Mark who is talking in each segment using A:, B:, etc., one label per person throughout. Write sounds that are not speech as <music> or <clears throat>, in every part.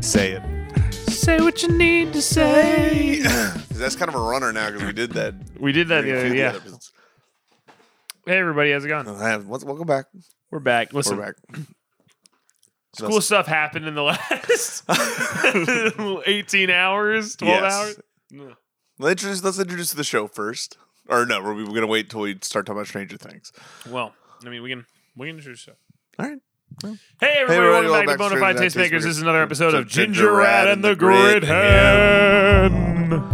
A: say it.
B: Say what you need to say.
A: 'Cause <laughs> That's kind of a runner now because we did that.
B: We did <laughs> that the
A: during a few
B: other
A: of the
B: yeah.
A: other episodes.
B: Hey everybody, how's it going?
A: No, I have- let's- Welcome back.
B: We're back. Listen, <clears throat>
A: We're back.
B: cool stuff happened in the last <laughs> 18 hours, 12
A: Yes.
B: hours. No.
A: Let's introduce, let's introduce the show first. Or no, we're, we're going to wait till we start talking about Stranger Things.
B: Well, I mean, we can we can introduce stuff.
A: All right.
B: Hey everybody,
A: everybody,
B: welcome back to
A: welcome
B: Bonafide
A: back to Stranger
B: Tastemakers.
A: Things.
B: This is another episode of
A: It's a
B: Ginger Rat and the Grid Hand.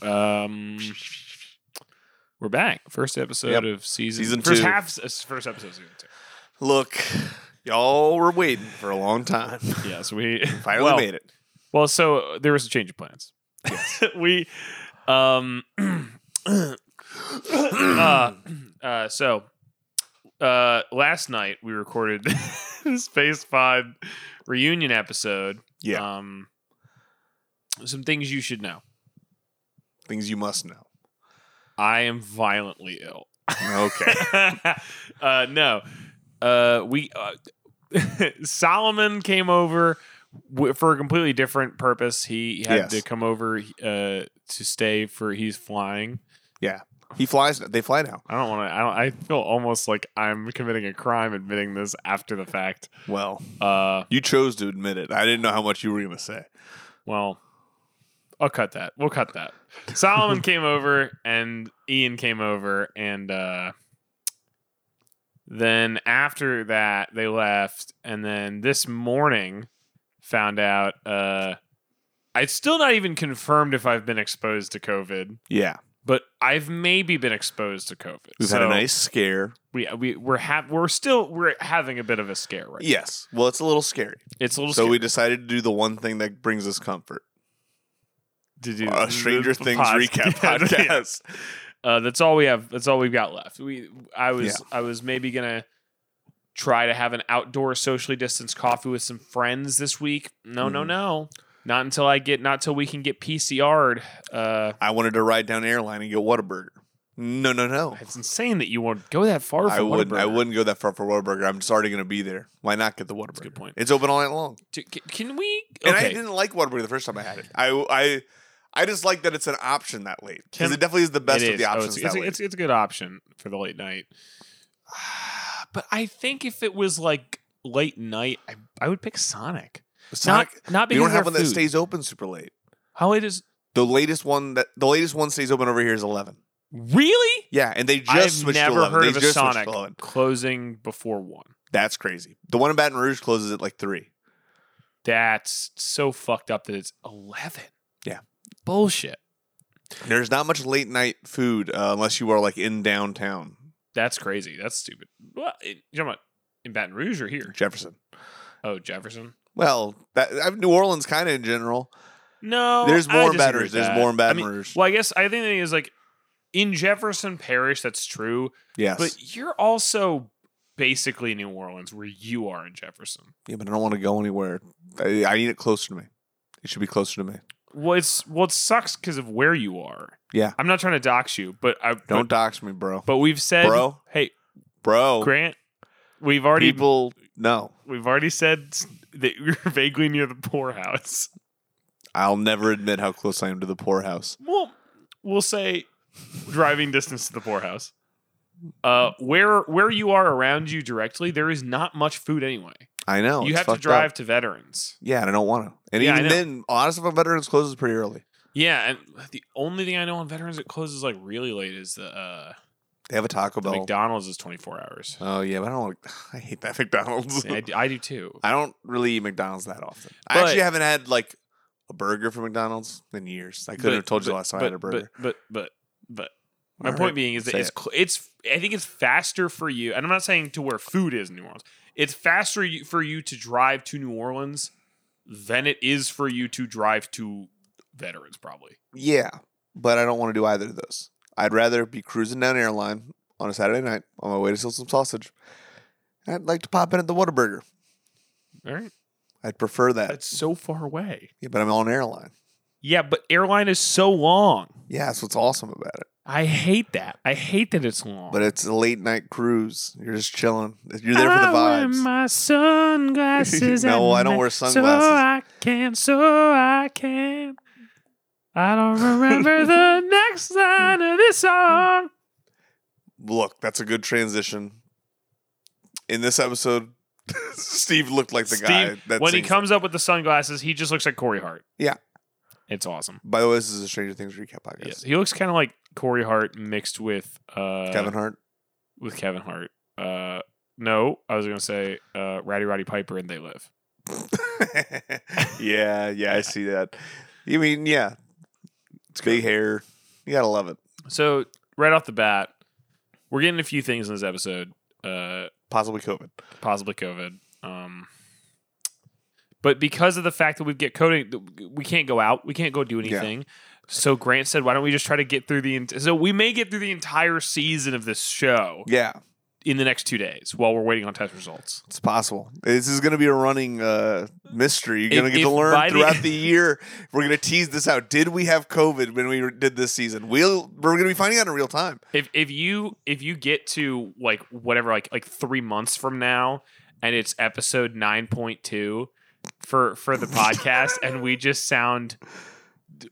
B: Um, we're back. First episode
A: Yep.
B: of season,
A: Season
B: first
A: two.
B: half, uh, first episode of season two.
A: Look, y'all were waiting for a long time. <laughs>
B: Yes, we <laughs>
A: Finally
B: well,
A: made it. <clears throat>
B: Well, so uh, there was a change of plans.
A: <laughs>
B: we, um, <clears throat> uh, <clears throat> uh, so uh, last night we recorded <laughs> the Space Pod reunion episode.
A: Yeah.
B: Um, some things you should know.
A: Things you must know.
B: I am violently ill. <laughs>
A: Okay.
B: uh, no, uh, we uh, <laughs> Solomon came over w- for a completely different purpose. He had
A: Yes.
B: to come over uh, to stay for he's flying.
A: he flies. They fly now.
B: I don't want to. I don't. I feel almost like I'm committing a crime admitting this after the fact.
A: Well,
B: Uh,
A: you chose to admit it. I didn't know how much you were going to say.
B: well. I'll cut that. We'll cut that.
A: <laughs>
B: Solomon came over and Ian came over and uh then after that they left and then this morning found out uh it's still not even confirmed if I've been exposed to COVID,
A: Yeah.
B: but I've maybe been exposed to COVID.
A: We've had a
B: So
A: nice scare.
B: we we we're ha- we're still we're having a bit of a scare right. now.
A: Yes. Well, it's a little scary.
B: It's a little
A: so
B: scary
A: we decided to do the one thing that brings us comfort.
B: to do
A: a
B: the-
A: Uh, Stranger
B: the <laughs>
A: Things
B: pod-
A: recap podcast.
B: uh, that's all we have. That's all we've got left. We I was I was maybe gonna try to have an outdoor socially distanced coffee with some friends this week. No, no,
A: Mhm.
B: no. Not until I get not till we can get PCR'd. Uh,
A: I wanted to ride down airline and get Whataburger. No, no, no.
B: it's insane that you won't go that far.
A: I
B: from
A: wouldn't. I
B: Whataburger.
A: wouldn't go that far for Whataburger. I'm just already going to be there. Why not get the Whataburger?
B: good point.
A: It's open all night long.
B: Do- can, can we?
A: And I
B: okay.
A: didn't like Whataburger the first time I had it. I I I just like that it's an option that late because
B: Can-
A: it definitely is the best
B: It
A: of
B: is.
A: the
B: Oh,
A: options
B: it's,
A: that
B: it's,
A: late.
B: it's, it's a good option for the late night. <sighs> But I think if it was like late night, I, I would pick Sonic.
A: Sonic-
B: not not
A: we
B: because
A: don't
B: of
A: have one
B: their
A: that
B: food.
A: stays open super late.
B: How late is
A: The latest one that the latest one stays open over here is eleven.
B: really?
A: Yeah, and they just
B: I've
A: switched to
B: never
A: 11.
B: heard
A: They
B: of a
A: just switched to
B: Sonic
A: 11.
B: closing before one.
A: That's crazy. The one in Baton Rouge closes at like three.
B: That's so fucked up that it's eleven.
A: Yeah.
B: bullshit.
A: There's not much late night food uh, unless you are like in downtown
B: That's crazy. That's stupid. What? You talking about in Baton Rouge or here?
A: Jefferson.
B: Oh, Jefferson.
A: Well, that, I New Orleans kind of in general.
B: No,
A: There's
B: Oh, I
A: more in
B: disagree
A: Baton
B: with
A: Rouge. There's
B: that.
A: more in Baton
B: I mean,
A: Rouge.
B: Well, I guess I think the thing is like in Jefferson Parish, that's true.
A: Yes,
B: But you're also basically New Orleans, where you are in Jefferson.
A: yeah, but I don't want to go anywhere. I, I need it closer to me. It should be closer to me.
B: Well, it's well, it sucks because of where you are.
A: Yeah.
B: I'm not trying to dox you, but I
A: Don't
B: But,
A: dox me, bro.
B: but we've said,
A: Bro.
B: hey,
A: Bro,
B: Grant, we've already
A: people. No,
B: we've already said s- that you're <laughs> vaguely near the poorhouse.
A: I'll never admit how close I am to the poorhouse.
B: Well, we'll say driving distance to the poorhouse. Uh, where where you are around you directly, there is not much food anyway.
A: I know Oh,
B: you
A: it's
B: have to
A: fucked
B: drive
A: up.
B: to veterans.
A: Yeah, and I don't want to. And
B: Yeah, I
A: even
B: know.
A: then, a lot of stuff on veterans closes pretty early.
B: Yeah, and the only thing I know on veterans that closes like really late is the uh,
A: They have a Taco
B: the
A: Bell.
B: McDonald's is twenty four
A: <laughs>
B: hours.
A: Oh yeah, but I don't. Wanna, <sighs> I hate that McDonald's.
B: I, d- I do too.
A: <laughs> I don't really eat McDonald's that often. I
B: But-
A: actually haven't had like a burger from McDonald's in years. I couldn't have told you
B: but-
A: last time
B: but,
A: I had a burger.
B: But but but, but my
A: All
B: point
A: right,
B: being is that
A: say
B: it's
A: it.
B: cl- it's I think it's faster for you, and I'm not saying to where food is in New Orleans. It's faster you, for you to drive to New Orleans than it is for you to drive to veterans, probably.
A: yeah, but I don't want to do either of those. I'd rather be cruising down airline on a Saturday night on my way to steal some sausage. I'd like to pop in at the Whataburger.
B: All right.
A: I'd prefer that.
B: That's so far away.
A: yeah, but I'm on airline.
B: Yeah, but airline is so long.
A: Yeah, that's what's awesome about it.
B: I hate that. I hate that it's long.
A: But it's a late night cruise. You're just chilling. You're there for the vibes. <laughs>
B: my sunglasses.
A: No,
B: at
A: I don't
B: night
A: wear sunglasses.
B: So I can, so I can. I
A: <laughs>
B: don't remember the next line of this song.
A: Look, that's a good transition. In this episode, <laughs> Steve looked like the guy
B: Steve,
A: that
B: when he
A: sings it.
B: comes up with the sunglasses, he just looks like Corey Hart.
A: Yeah.
B: It's awesome.
A: By the way, this is a Stranger Things recap podcast.
B: Yes. He looks kind of like Corey Hart mixed with uh,
A: Kevin
B: <laughs>
A: Hart. <laughs>
B: with Kevin Hart. Uh, no, I was gonna say uh, Ratty Ratty Piper and They Live.
A: yeah, yeah, I see that. You mean, yeah, it's big hair. You gotta love it.
B: So right off the bat, we're getting a few things in this episode. Uh,
A: Possibly COVID.
B: possibly COVID. Um, but because of the fact that we get coding, th- we can't go out. We can't go do
A: Yeah.
B: anything. So Grant said, "Why don't we just try to get through the?" Ent- so we may get through the entire season of this show
A: Yeah,
B: in the next two days while we're waiting on test results.
A: it's possible. This is gonna be a running uh, mystery. You're gonna
B: If-
A: get to
B: if
A: learn
B: by the- <laughs>
A: throughout the yeere year. We're gonna tease this out. Did we have COVID when we did this season? We'll we're gonna be finding out in real time.
B: If if you if you get to like whatever like like three months from now and it's episode nine point two for for the podcast and we just sound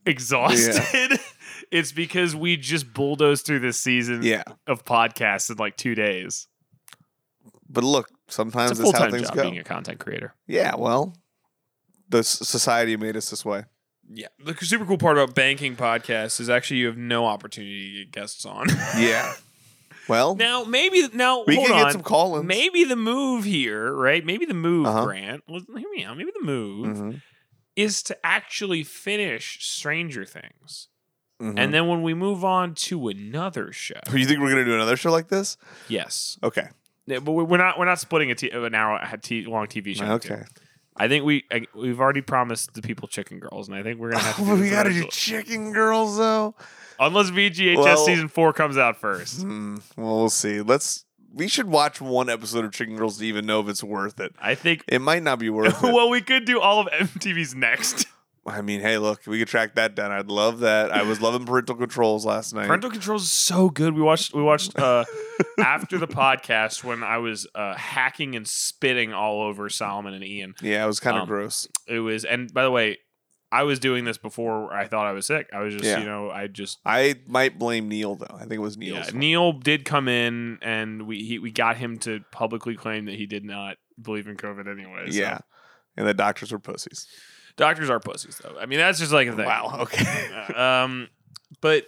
B: exhausted, <laughs> it's because we just bulldozed through this season
A: Yeah,
B: of podcasts in like two days.
A: but look, sometimes
B: It's a
A: that's
B: full
A: how
B: time
A: things
B: job
A: go.
B: being a content creator.
A: Yeah, well, the s- society made us this way.
B: Yeah, the super cool part about banking podcasts is actually you have no opportunity to get guests on. <laughs>
A: Yeah. Well,
B: now maybe now
A: we
B: hold
A: can
B: on.
A: get some call-ins.
B: Maybe the move here, right? Maybe the move,
A: Uh-huh.
B: Grant. Well, hear me out. Maybe the move
A: Mhm,
B: is to actually finish Stranger Things,
A: mhm.
B: and then when we move on to another show,
A: <laughs> You think we're gonna do another show like this?
B: yes,
A: Okay.
B: Yeah, but we- we're not we're not splitting a t- an hour a t- long TV show. in two.
A: Okay.
B: I think we I, we've already promised the people chicken girls, and I think we're
A: <laughs>
B: gonna have to.
A: Oh,
B: do
A: we
B: this
A: gotta do
B: eventually.
A: chicken girls though.
B: unless VGHS
A: Well-
B: season four comes out first.
A: Hmm. well, we'll see. Let's. We should watch one episode of Chicken Girls to even know if it's worth it.
B: I
A: <laughs>
B: think.
A: It might not be worth it.
B: <laughs> well, we could do all of MTV's next.
A: I mean, hey, look, we could track that down. I'd love that. I was loving parental controls last night.
B: Parental Controls is so good. We watched we watched
A: <laughs>
B: uh, after the podcast when I was uh, hacking and spitting all over Solomon and Ian.
A: yeah, it was kind of
B: Um,
A: gross.
B: It was and by the way, I was doing this before I thought I was sick. I was just
A: Yeah.
B: you know I just
A: I might blame Neil though. I think it was Neil's.
B: yeah.
A: fault.
B: Neil did come in and we he, we got him to publicly claim that he did not believe in COVID anyway. so.
A: yeah. And the doctors were pussies.
B: doctors are pussies though. I mean that's just like a thing.
A: Wow.
B: <laughs>
A: Okay.
B: um, but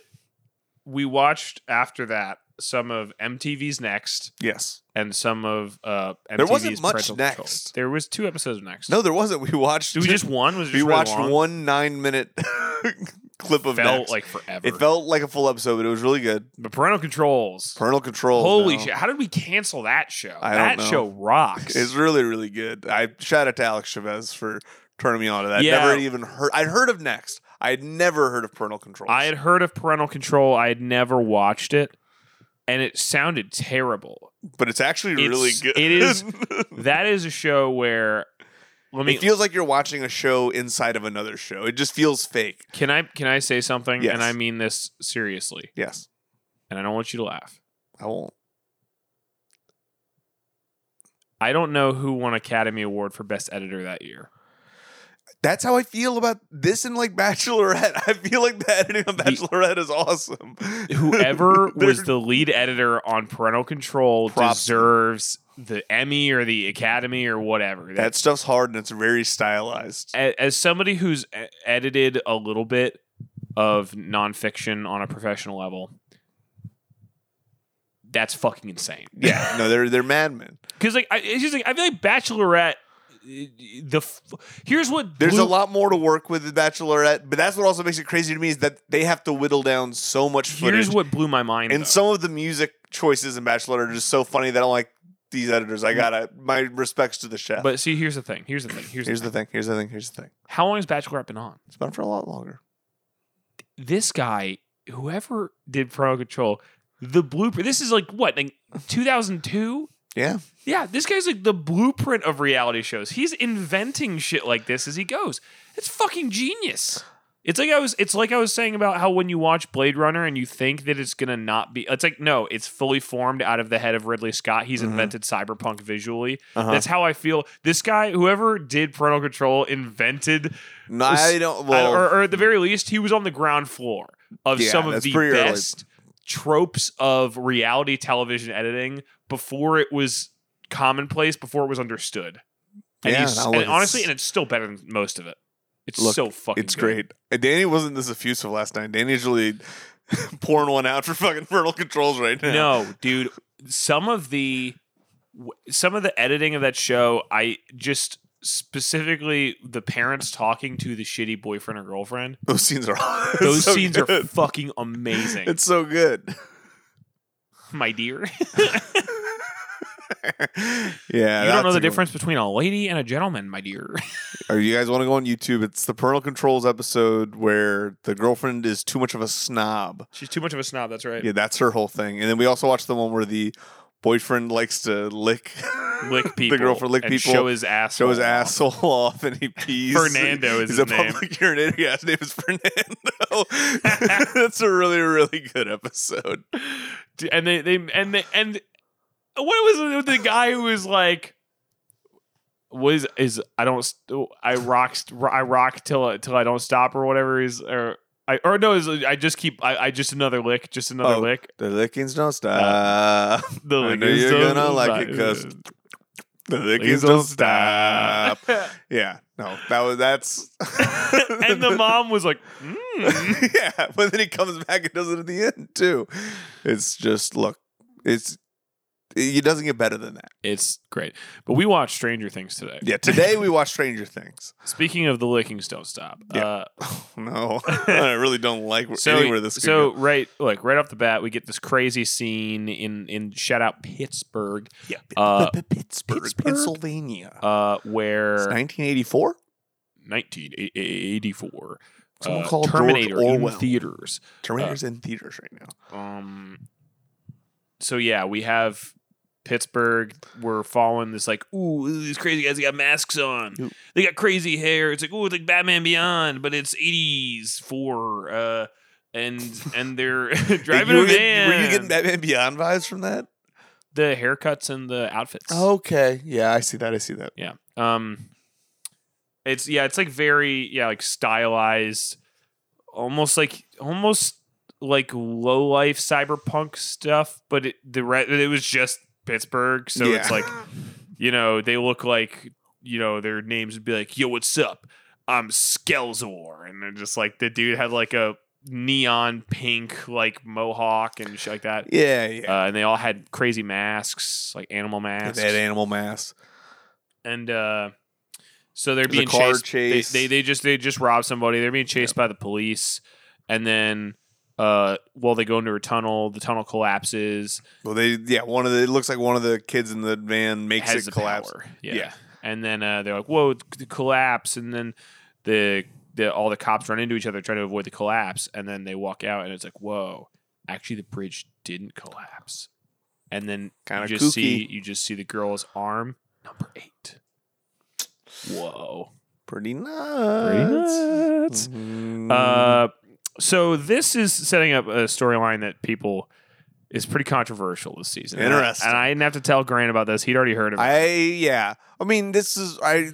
B: we watched after that some of MTV's Next
A: yes.
B: and some of uh, MTV's
A: There wasn't much
B: Parental Control.
A: Next.
B: There was two episodes of Next.
A: No, there wasn't. We watched.
B: did we just one? Was it
A: we
B: just really
A: watched
B: long?
A: one nine minute <laughs> clip of
B: Felt
A: Next.
B: like forever.
A: It felt like a full episode, but it was really good.
B: but Parental Controls.
A: Parental Controls.
B: Holy
A: no.
B: shit! How did we cancel that show?
A: I
B: that
A: don't know.
B: show rocks.
A: It's really, really good. I shout out to Alex Chavez for turning me on to that.
B: Yeah.
A: Never even heard. I'd heard of Next. I had never heard of Parental Controls.
B: I had heard of Parental Control. I had never watched it, and it sounded terrible.
A: but it's actually
B: It's-
A: really good.
B: it
A: <laughs>
B: is- That is a show where let me
A: it feels like you're watching a show inside of another show. It just feels fake.
B: Can I can I say something?
A: Yes.
B: And I mean this seriously.
A: Yes,
B: And I don't want you to laugh.
A: I won't.
B: I don't know who won Academy Award for Best Editor that year.
A: That's how I feel about this and like Bachelorette. <laughs> I feel like the editing on Bachelorette is awesome. <laughs>
B: Whoever was
A: They're-
B: the lead editor on Parental Control
A: Props.
B: deserves the Emmy or the Academy or whatever.
A: that stuff's hard and it's very stylized.
B: A- as somebody who's e- edited a little bit of nonfiction on a professional level. That's fucking insane.
A: Yeah, no, they're they're madmen.
B: because like I, it's just like I feel like Bachelorette. uh, The f- here's what
A: There's
B: blew-
A: a lot more to work with the Bachelorette, but that's what also makes it crazy to me is that they have to whittle down so much footage.
B: Here's what blew my mind.
A: and
B: though.
A: some of the music choices in Bachelorette are just so funny that I'm like, these editors, I gotta my respects to the chef.
B: but see, here's the thing. Here's the thing. Here's,
A: here's
B: the,
A: the thing, here's the thing, here's the thing.
B: thing. How long has Bachelorette been on?
A: It's been for a lot longer.
B: This guy, whoever did Parental Control, the blooper. This is like what, like 2002?
A: Yeah.
B: Yeah, this guy's like the blueprint of reality shows. He's inventing shit like this as he goes. It's fucking genius. It's like I was it's like I was saying about how when you watch Blade Runner and you think that it's gonna not be it's like no, it's fully formed out of the head of Ridley Scott. He's invented cyberpunk visually.
A: Uh-huh.
B: That's how I feel. This guy, whoever did parental control, invented
A: No, I don't. Well,
B: or, or at the very least, he was on the ground floor of
A: Yeah,
B: some of
A: that's
B: the
A: pretty early.
B: best tropes of reality television editing before it was commonplace, before it was understood. And,
A: Yeah,
B: he's,
A: now
B: and
A: look,
B: honestly,
A: it's-
B: and it's still better than most of it. It's
A: Look,
B: so fucking.
A: it's
B: good.
A: great. Uh, Danny wasn't this effusive last night. Danny usually <laughs> pouring one out for fucking fertile controls right now.
B: No, dude, some of the w- some of the editing of that show, I just specifically the parents talking to the shitty boyfriend or girlfriend.
A: Those scenes are <laughs>
B: Those scenes are
A: good.
B: fucking amazing,
A: It's so good. <laughs>
B: my dear.
A: yeah.
B: you don't know
A: that's
B: the
A: a good one.
B: difference between a lady and a gentleman, my dear. <laughs>
A: Or you guys want to go on YouTube? It's the parental controls episode where the girlfriend is too much of a snob.
B: She's too much of a snob. That's right.
A: Yeah, that's her whole thing. And then we also watched the one where the boyfriend likes to lick
B: Lick
A: <laughs>
B: people.
A: the girlfriend lick
B: and
A: people.
B: Show his ass.
A: show his asshole <laughs> off and he pees.
B: Fernando
A: He's
B: is his
A: a
B: name.
A: public <laughs> urinator. Yeah, his name is Fernando. <laughs> That's a really, really good episode.
B: And they they and they and what was it with the guy who was like was is I don't st- I rock st- I rock till till I don't stop or whatever is or I or no is I just keep I, I just another lick just another
A: Oh.
B: lick
A: The lickings don't stop.
B: the
A: I
B: lick
A: know
B: is
A: you're
B: done.
A: gonna like it 'cause the lickings
B: Lickings
A: don't
B: don't
A: stop. Yeah, no, that was that's.
B: <laughs>
A: <laughs>
B: and the mom was like mm.
A: yeah, but then he comes back and does it at the end too. It's just look, it's it doesn't get better than that.
B: It's great. But we watched Stranger Things today.
A: Yeah, today we watched Stranger Things.
B: <laughs>
A: <laughs>
B: Speaking of the lickings don't stop.
A: Yeah.
B: Uh, <laughs>
A: no, I really don't like where-
B: so
A: anywhere this. could
B: so
A: go.
B: right like right off the bat we get this crazy scene in in shout out Pittsburgh
A: yeah, <laughs>
B: uh,
A: P- P- Pittsburgh,
B: Pittsburgh?
A: Pennsylvania,
B: uh where
A: 1984.
B: 1984
A: Someone
B: uh,
A: called George
B: Terminator in uh,
A: Orwell.
B: theaters.
A: Terminator's in theaters right now.
B: Um so yeah, we have Pittsburgh, we're following this like, ooh, these crazy guys they got masks on.
A: Ooh.
B: They got crazy hair. It's like, ooh, it's like Batman Beyond, but it's eighties four. Uh and and they're <laughs> driving
A: you
B: a
A: were,
B: van.
A: getting, were you getting Batman Beyond vibes from that?
B: the haircuts and the outfits.
A: Oh, Okay, yeah, I see that. I see that.
B: Yeah. Um it's yeah, it's like very yeah, like stylized almost like almost like low life cyberpunk stuff, but it, the re- it was just Pittsburgh, so it's
A: Yeah.
B: like you know, they look like you know, their names would be like, "Yo, what's up? I'm Skelzor." And they're just like the dude had like a neon pink like mohawk and shit like that.
A: <laughs> yeah, yeah.
B: Uh, and they all had crazy masks, like animal masks
A: That animal mass.
B: and uh, so they're
A: There's a
B: being
A: car
B: chased. they-
A: chase.
B: They, they just they just rob somebody. They're being chased by the police, and then uh, while they go into a tunnel, the tunnel collapses.
A: Well, they yeah. One of the it looks like one of the kids in the van makes
B: has
A: it
B: the
A: collapse.
B: power. Yeah.
A: Yeah.
B: and then uh, they're like, "Whoa, it c- collapse!" And then the the all the cops run into each other trying to avoid the collapse, and then they walk out, and it's like, "Whoa, actually, the bridge didn't collapse." And then
A: Kinda
B: you
A: kooky.
B: just see you just see the girl's arm number eight. Whoa.
A: Pretty nuts. Mhm.
B: Uh, so this is setting up a storyline that people is pretty controversial this season. And I-
A: Interesting.
B: And I, didn't have to tell Grant about this; he'd already heard of it.
A: I yeah. I mean, this is I.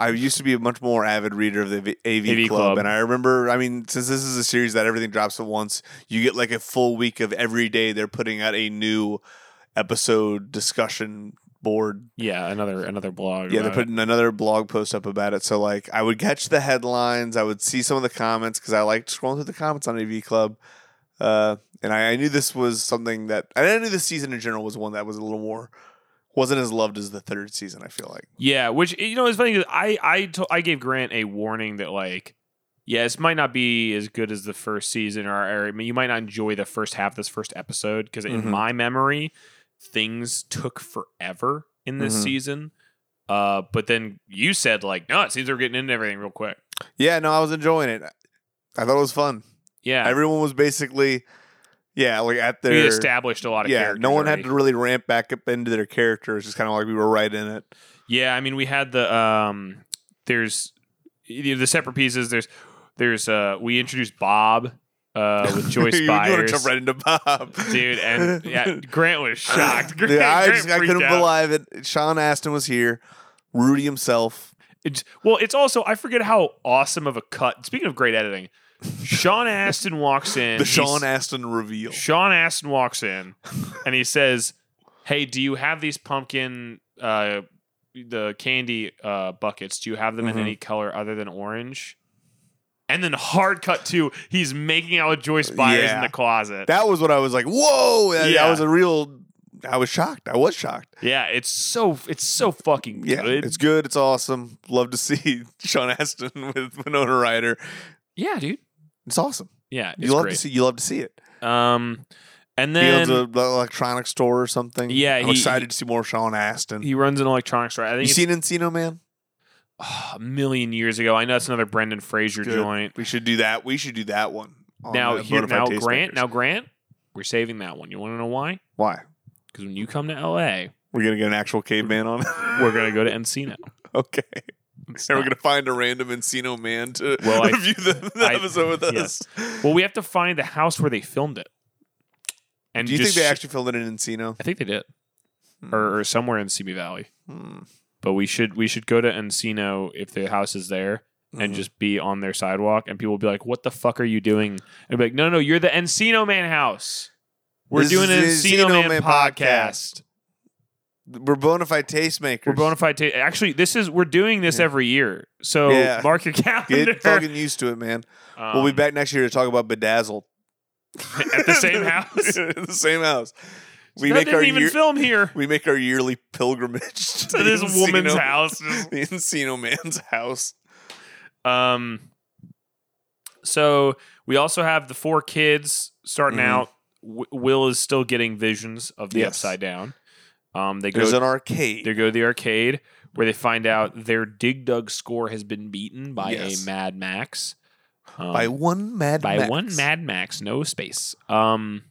A: I used to be a much more avid reader of the AV, Club,
B: AV Club.
A: and I remember. I mean, since this is a series that everything drops at once, you get like a full week of every day they're putting out a new episode discussion board
B: yeah, another another blog.
A: Yeah, they're
B: about it.
A: putting another blog post up about it. So like, I would catch the headlines, I would see some of the comments because I liked scrolling through the comments on AV Club, uh, and I, I knew this was something that and I knew the season in general was one that was a little more wasn't as loved as the third season. I feel like
B: yeah, which you know is funny. 'cause I I to- I gave Grant a warning that like. Yeah, this might not be as good as the first season, or, or I mean, you might not enjoy the first half, of this first episode, because
A: Mhm.
B: in my memory, things took forever in this
A: Mhm.
B: season. Uh, but then you said like, no, it seems they're getting into everything real quick.
A: yeah, no, I was enjoying it. I thought it was fun.
B: Yeah,
A: Everyone was basically, yeah, like at
B: we
A: their
B: established a lot of
A: yeah,
B: characters.
A: no one
B: already.
A: had to really ramp back up into their characters. It's kind of like we were right in it. <laughs>
B: Yeah, I mean, we had the um. There's you know, the separate pieces. There's there's uh. We introduced Bob uh
A: <laughs>
B: with Joyce
A: you want to
B: Byers,
A: jump right into Bob,
B: <laughs> dude, and yeah,
A: <laughs>
B: Grant was shocked. Grant,
A: Dude, I
B: Grant
A: just I
B: freaked
A: couldn't
B: out.
A: believe it. Sean Astin was here. Rudy himself.
B: It's, well, it's also I forget how awesome of a cut. Speaking of great editing, Sean Astin walks in.
A: the
B: he's-
A: Sean Astin reveal.
B: Sean Astin walks in, and he says, "Hey, do you have these pumpkin uh the candy uh buckets? Do you have them
A: Mhm.
B: in any color other than orange?" And then hard cut to he's making out with Joyce Byers
A: Yeah.
B: in the closet.
A: That was what I was like, whoa. That, that
B: Yeah.
A: was a real I was shocked. I was shocked.
B: yeah, it's so it's so fucking
A: Yeah.
B: good.
A: It's good. It's awesome. Love to see <laughs> Sean Astin <laughs> with Winona Ryder.
B: yeah, dude.
A: It's awesome.
B: Yeah, it's
A: You love
B: great.
A: to see you love to see it.
B: um, and
A: he owns
B: then
A: a- an electronic store or something.
B: Yeah,
A: I'm
B: he-
A: excited to see more Sean Astin.
B: he runs an electronics store. I
A: you
B: think it's
A: seen Encino Man?
B: ah, a million years ago. I know it's another Brendan Fraser
A: Good.
B: joint.
A: We should do that. We should do that one. on
B: now
A: the
B: here,
A: Bonafide
B: now
A: Tastemakers.
B: Grant, now Grant, we're saving that one. You want to know why?
A: why?
B: Because when you come to LA,
A: We're gonna get an actual caveman on.
B: <laughs> we're gonna go to Encino.
A: <laughs> okay.
B: It's
A: And we're
B: not-
A: gonna find a random Encino Man to
B: Well, I-
A: <laughs> review the, the
B: <laughs> I-
A: episode with
B: yeah.
A: us.
B: <laughs> well, we have to find the house where they filmed it. And
A: Do you
B: just
A: think they
B: sh-
A: actually filmed it in Encino?
B: I think they did,
A: Hmm.
B: or, or somewhere in Simi Valley.
A: Hmm.
B: But we should we should go to Encino if the house is there. And
A: Mhm.
B: just be on their sidewalk, and people will be like, "What the fuck are you doing?" And be like, "No, no, you're the Encino Man house. We're
A: This
B: doing an
A: is the
B: Encino,
A: Encino
B: Man,
A: Man
B: podcast.
A: we're bona fide tastemakers.
B: We're bona fide. ta- Actually, this is we're doing this
A: Yeah.
B: every year, so
A: Yeah.
B: mark your calendar.
A: Get fucking used to it, man. we'll be
B: Um,
A: back next year to talk about Bedazzled
B: <laughs> at the
A: <laughs>
B: same house.
A: At the same house. We
B: That
A: make
B: Um, didn't
A: our
B: even
A: year- <laughs>
B: film here
A: We make our yearly pilgrimage <laughs> to,
B: to
A: the
B: this
A: <laughs>
B: woman's
A: Encino-
B: house. Just-
A: the Encino Man's house.
B: Um, so we also have the four kids starting
A: Mhm.
B: out. W- Will is still getting visions of the
A: Yes.
B: upside down. Um, they go
A: There's an arcade.
B: they go to the arcade where they find out their Dig Dug score has been beaten by
A: Yes.
B: a Mad Max. Um,
A: by one Mad
B: by
A: Max.
B: one Mad Max, no space. Um,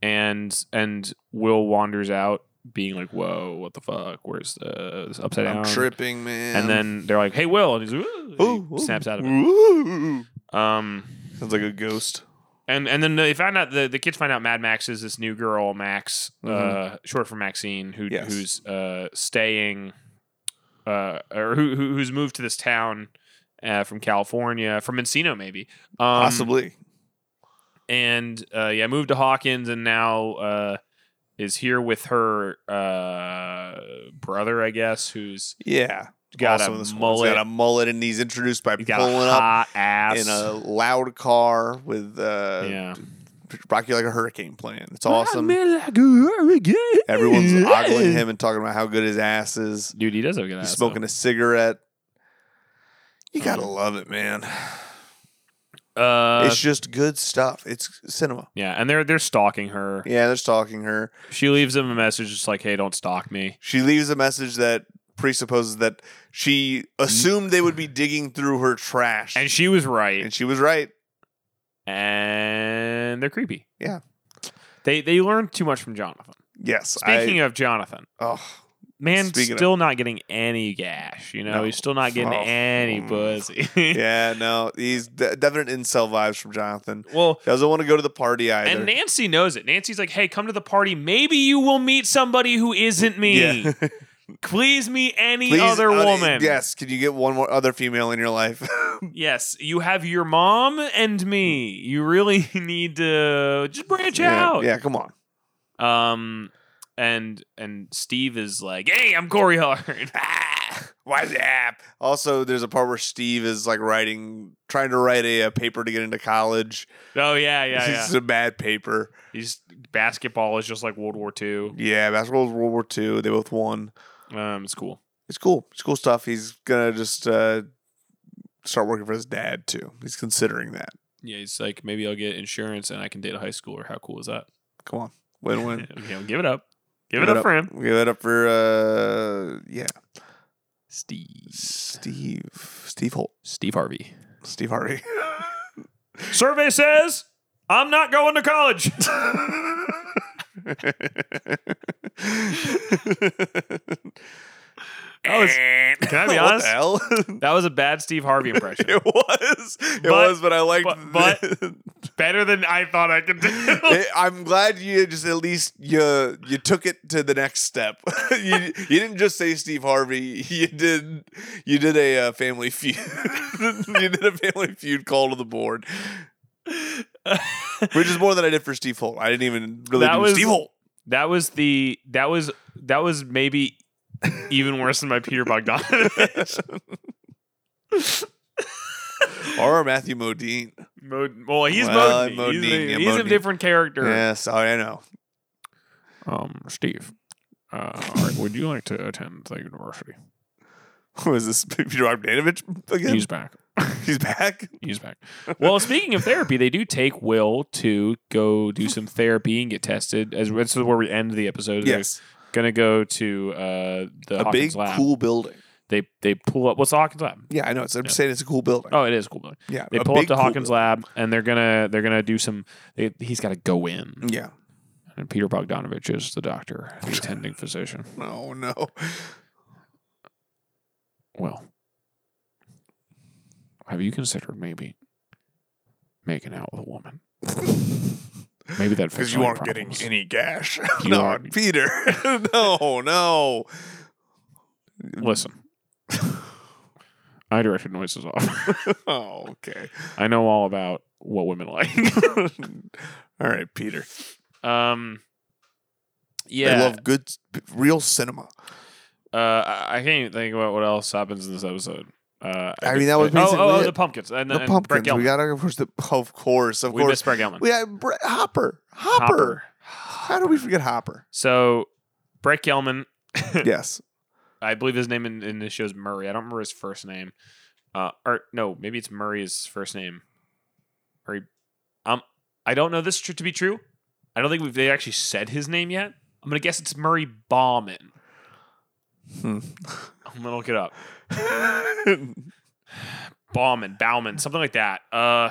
B: and and Will wanders out, being like, "Whoa, what the fuck? Where's the this upside
A: I'm
B: down?"
A: tripping, man.
B: And then they're like, "Hey, Will," and he's like, "Ooh," and
A: Ooh,
B: he snaps out of it.
A: Ooh.
B: Um,
A: Sounds like a ghost.
B: and and then they find out the, the kids find out Mad Max is this new girl, Max, uh, short for Maxine, who
A: Mm-hmm. Yes.
B: who's uh staying, uh, or who who- who's moved to this town. Uh, from California, from Encino, maybe. Um,
A: Possibly.
B: and uh, yeah, moved to Hawkins, and now uh, is here with her uh, brother, I guess, who's
A: Yeah.
B: got
A: Also,
B: a
A: this one's
B: mullet.
A: Got a mullet, and he's introduced by
B: he's got
A: pulling
B: a
A: up
B: hot ass.
A: in a loud car with uh,
B: yeah,
A: Rocky like a hurricane playing. It's awesome. Everyone's
B: Everyone's
A: ogling him and talking about how good his ass is.
B: Dude, he does have a good
A: He's
B: ass.
A: smoking a cigarette. You gotta
B: Mhm.
A: love it, man.
B: though. Uh,
A: it's just good stuff. It's cinema.
B: yeah, and they're they're stalking her.
A: Yeah, they're stalking her.
B: She leaves him a message, just like, "Hey, don't stalk me."
A: She leaves a message that presupposes that she assumed they would be digging through her trash,
B: And she was right,
A: and she was right.
B: and they're creepy.
A: Yeah.
B: they they learned too much from Jonathan.
A: Yes.
B: Speaking of Jonathan,
A: of, oh,
B: Man,
A: Speaking of-
B: still not getting any gash. You know,
A: No.
B: he's still not getting
A: Oh.
B: any pussy.
A: <laughs> yeah, no, he's de- definite incel vibes from Jonathan.
B: <laughs> Well,
A: Doesn't want to go to the party either.
B: and Nancy knows it. Nancy's like, "Hey, come to the party. Maybe you will meet somebody who isn't me.
A: Yeah.
B: <laughs> Please meet any
A: Please,
B: other
A: uh,
B: woman.
A: Yes, can you get one more other female in your life?
B: Yes, you have your mom and me. You really <laughs> need to just
A: <laughs>
B: branch
A: yeah,
B: out.
A: yeah, come on.
B: Um, and and Steve is like, "Hey, I'm Corey Hard."
A: Ah, Why the app? Also, there's a part where Steve is like writing, trying to write a, uh paper to get into college.
B: <laughs> oh yeah,
A: <laughs>
B: yeah, yeah.
A: This is a bad paper.
B: He's basketball is just like World War II.
A: Yeah, basketball was World War II. They both won.
B: Um, it's cool.
A: It's cool. It's cool stuff. He's gonna just uh, start working for his dad too. He's considering that.
B: Yeah, he's like, maybe I'll get insurance and I can date a high schooler. How cool is that?
A: Come on, <laughs> win
B: <laughs>
A: win.
B: You know, give it up. Give, it, up, for him.
A: Give it up for uh, yeah,
B: Steve.
A: Steve, Steve Holt,
B: Steve Harvey.
A: Steve Harvey.
B: <laughs> Survey says I'm not going
A: <laughs>
B: to college. was- can I be
A: <laughs>
B: honest?
A: What the hell? <laughs>
B: That was a bad Steve Harvey impression.
A: it was. It
B: But-
A: was, but I liked
B: but- but-
A: <laughs>
B: Better than I thought I could do.
A: It- I'm glad you just at least you you took it to the next step. <laughs> you you didn't just say Steve Harvey. You did you did a uh, Family Feud. <laughs> you did a Family Feud call to the
B: <laughs>
A: board, which is more than I did for Steve Holt. I didn't even really
B: That
A: do
B: was-
A: Steve Holt.
B: that was the that was that was maybe even worse than my
A: <laughs>
B: Peter Bogdanovich.
A: or Matthew Modine.
B: Mod- well, he's
A: Well,
B: Modine.
A: Modine,
B: He's, a,
A: yeah,
B: he's a
A: Modine.
B: different character.
A: Yes, oh, I know. <laughs>
B: Um, Steve, uh, all right, would you like to attend the university?
A: Was this Peter Bogdanovich again?
B: He's back.
A: He's back.
B: He's back. Well, speaking of therapy, they do take Will to go do some therapy and get tested. As this is where we end the episode. They're
A: Yes,
B: gonna go to uh, the
A: a
B: Hawkins
A: big
B: lab.
A: cool building.
B: They they pull up. What's the Hawkins lab?
A: Yeah, I know. It's, I'm
B: Yeah.
A: saying it's a cool building.
B: Oh, it is a cool. building.
A: yeah,
B: They
A: a
B: pull up
A: big
B: to
A: cool
B: Hawkins
A: building.
B: lab and they're gonna they're gonna do some. They, he's got to go in.
A: Yeah.
B: And Peter Bogdanovich is the doctor,
A: <laughs>
B: the attending physician.
A: Oh
B: <laughs>
A: no.
B: Well, have you considered maybe making out with a woman? Maybe that
A: Because
B: fixes
A: you
B: my
A: aren't getting
B: problems.
A: any gash. <laughs>
B: You
A: no,
B: aren't-
A: Peter. no, no.
B: Listen, I directed noises off.
A: Oh, okay. <laughs>
B: I know all about what women <laughs> like.
A: All right, Peter.
B: Um,
A: I
B: yeah,
A: love good, real cinema.
B: uh, I I can't even think about what else happens in this episode. Uh,
A: I mean, that was
B: oh,
A: basically
B: oh, oh,
A: it.
B: the pumpkins and,
A: The
B: and Brett
A: pumpkins.
B: Gelman.
A: We got to, of course, the, of course, of
B: we
A: course.
B: missed Brett Gelman.
A: We had Bre- Hopper. Hopper. How do we forget
B: <laughs>
A: Hopper?
B: So Brett Gelman,
A: yes.
B: I believe his name in, in this show is Murray. I don't remember his first name. Uh, or no, maybe it's Murray's first name. Murray. Um, I don't know this tr- to be true. I don't think we've they actually said his name yet. I'm gonna guess it's Murray Bauman. <laughs>
A: Hmm.
B: I'm gonna look it up. Bauman, Bauman, something like that. Uh,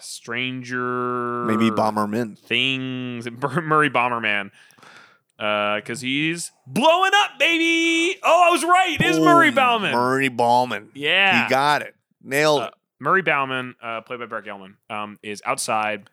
B: stranger.
A: Maybe Bomberman.
B: things. <laughs> Murray Bomberman. Because he's blowing up, baby. Oh, I was right. It is Murray
A: Boom.
B: Bauman.
A: Murray Bauman.
B: yeah.
A: He got it. Nailed
B: Uh,
A: it.
B: Murray Bauman, uh, played by Brett Gelman, um, is outside.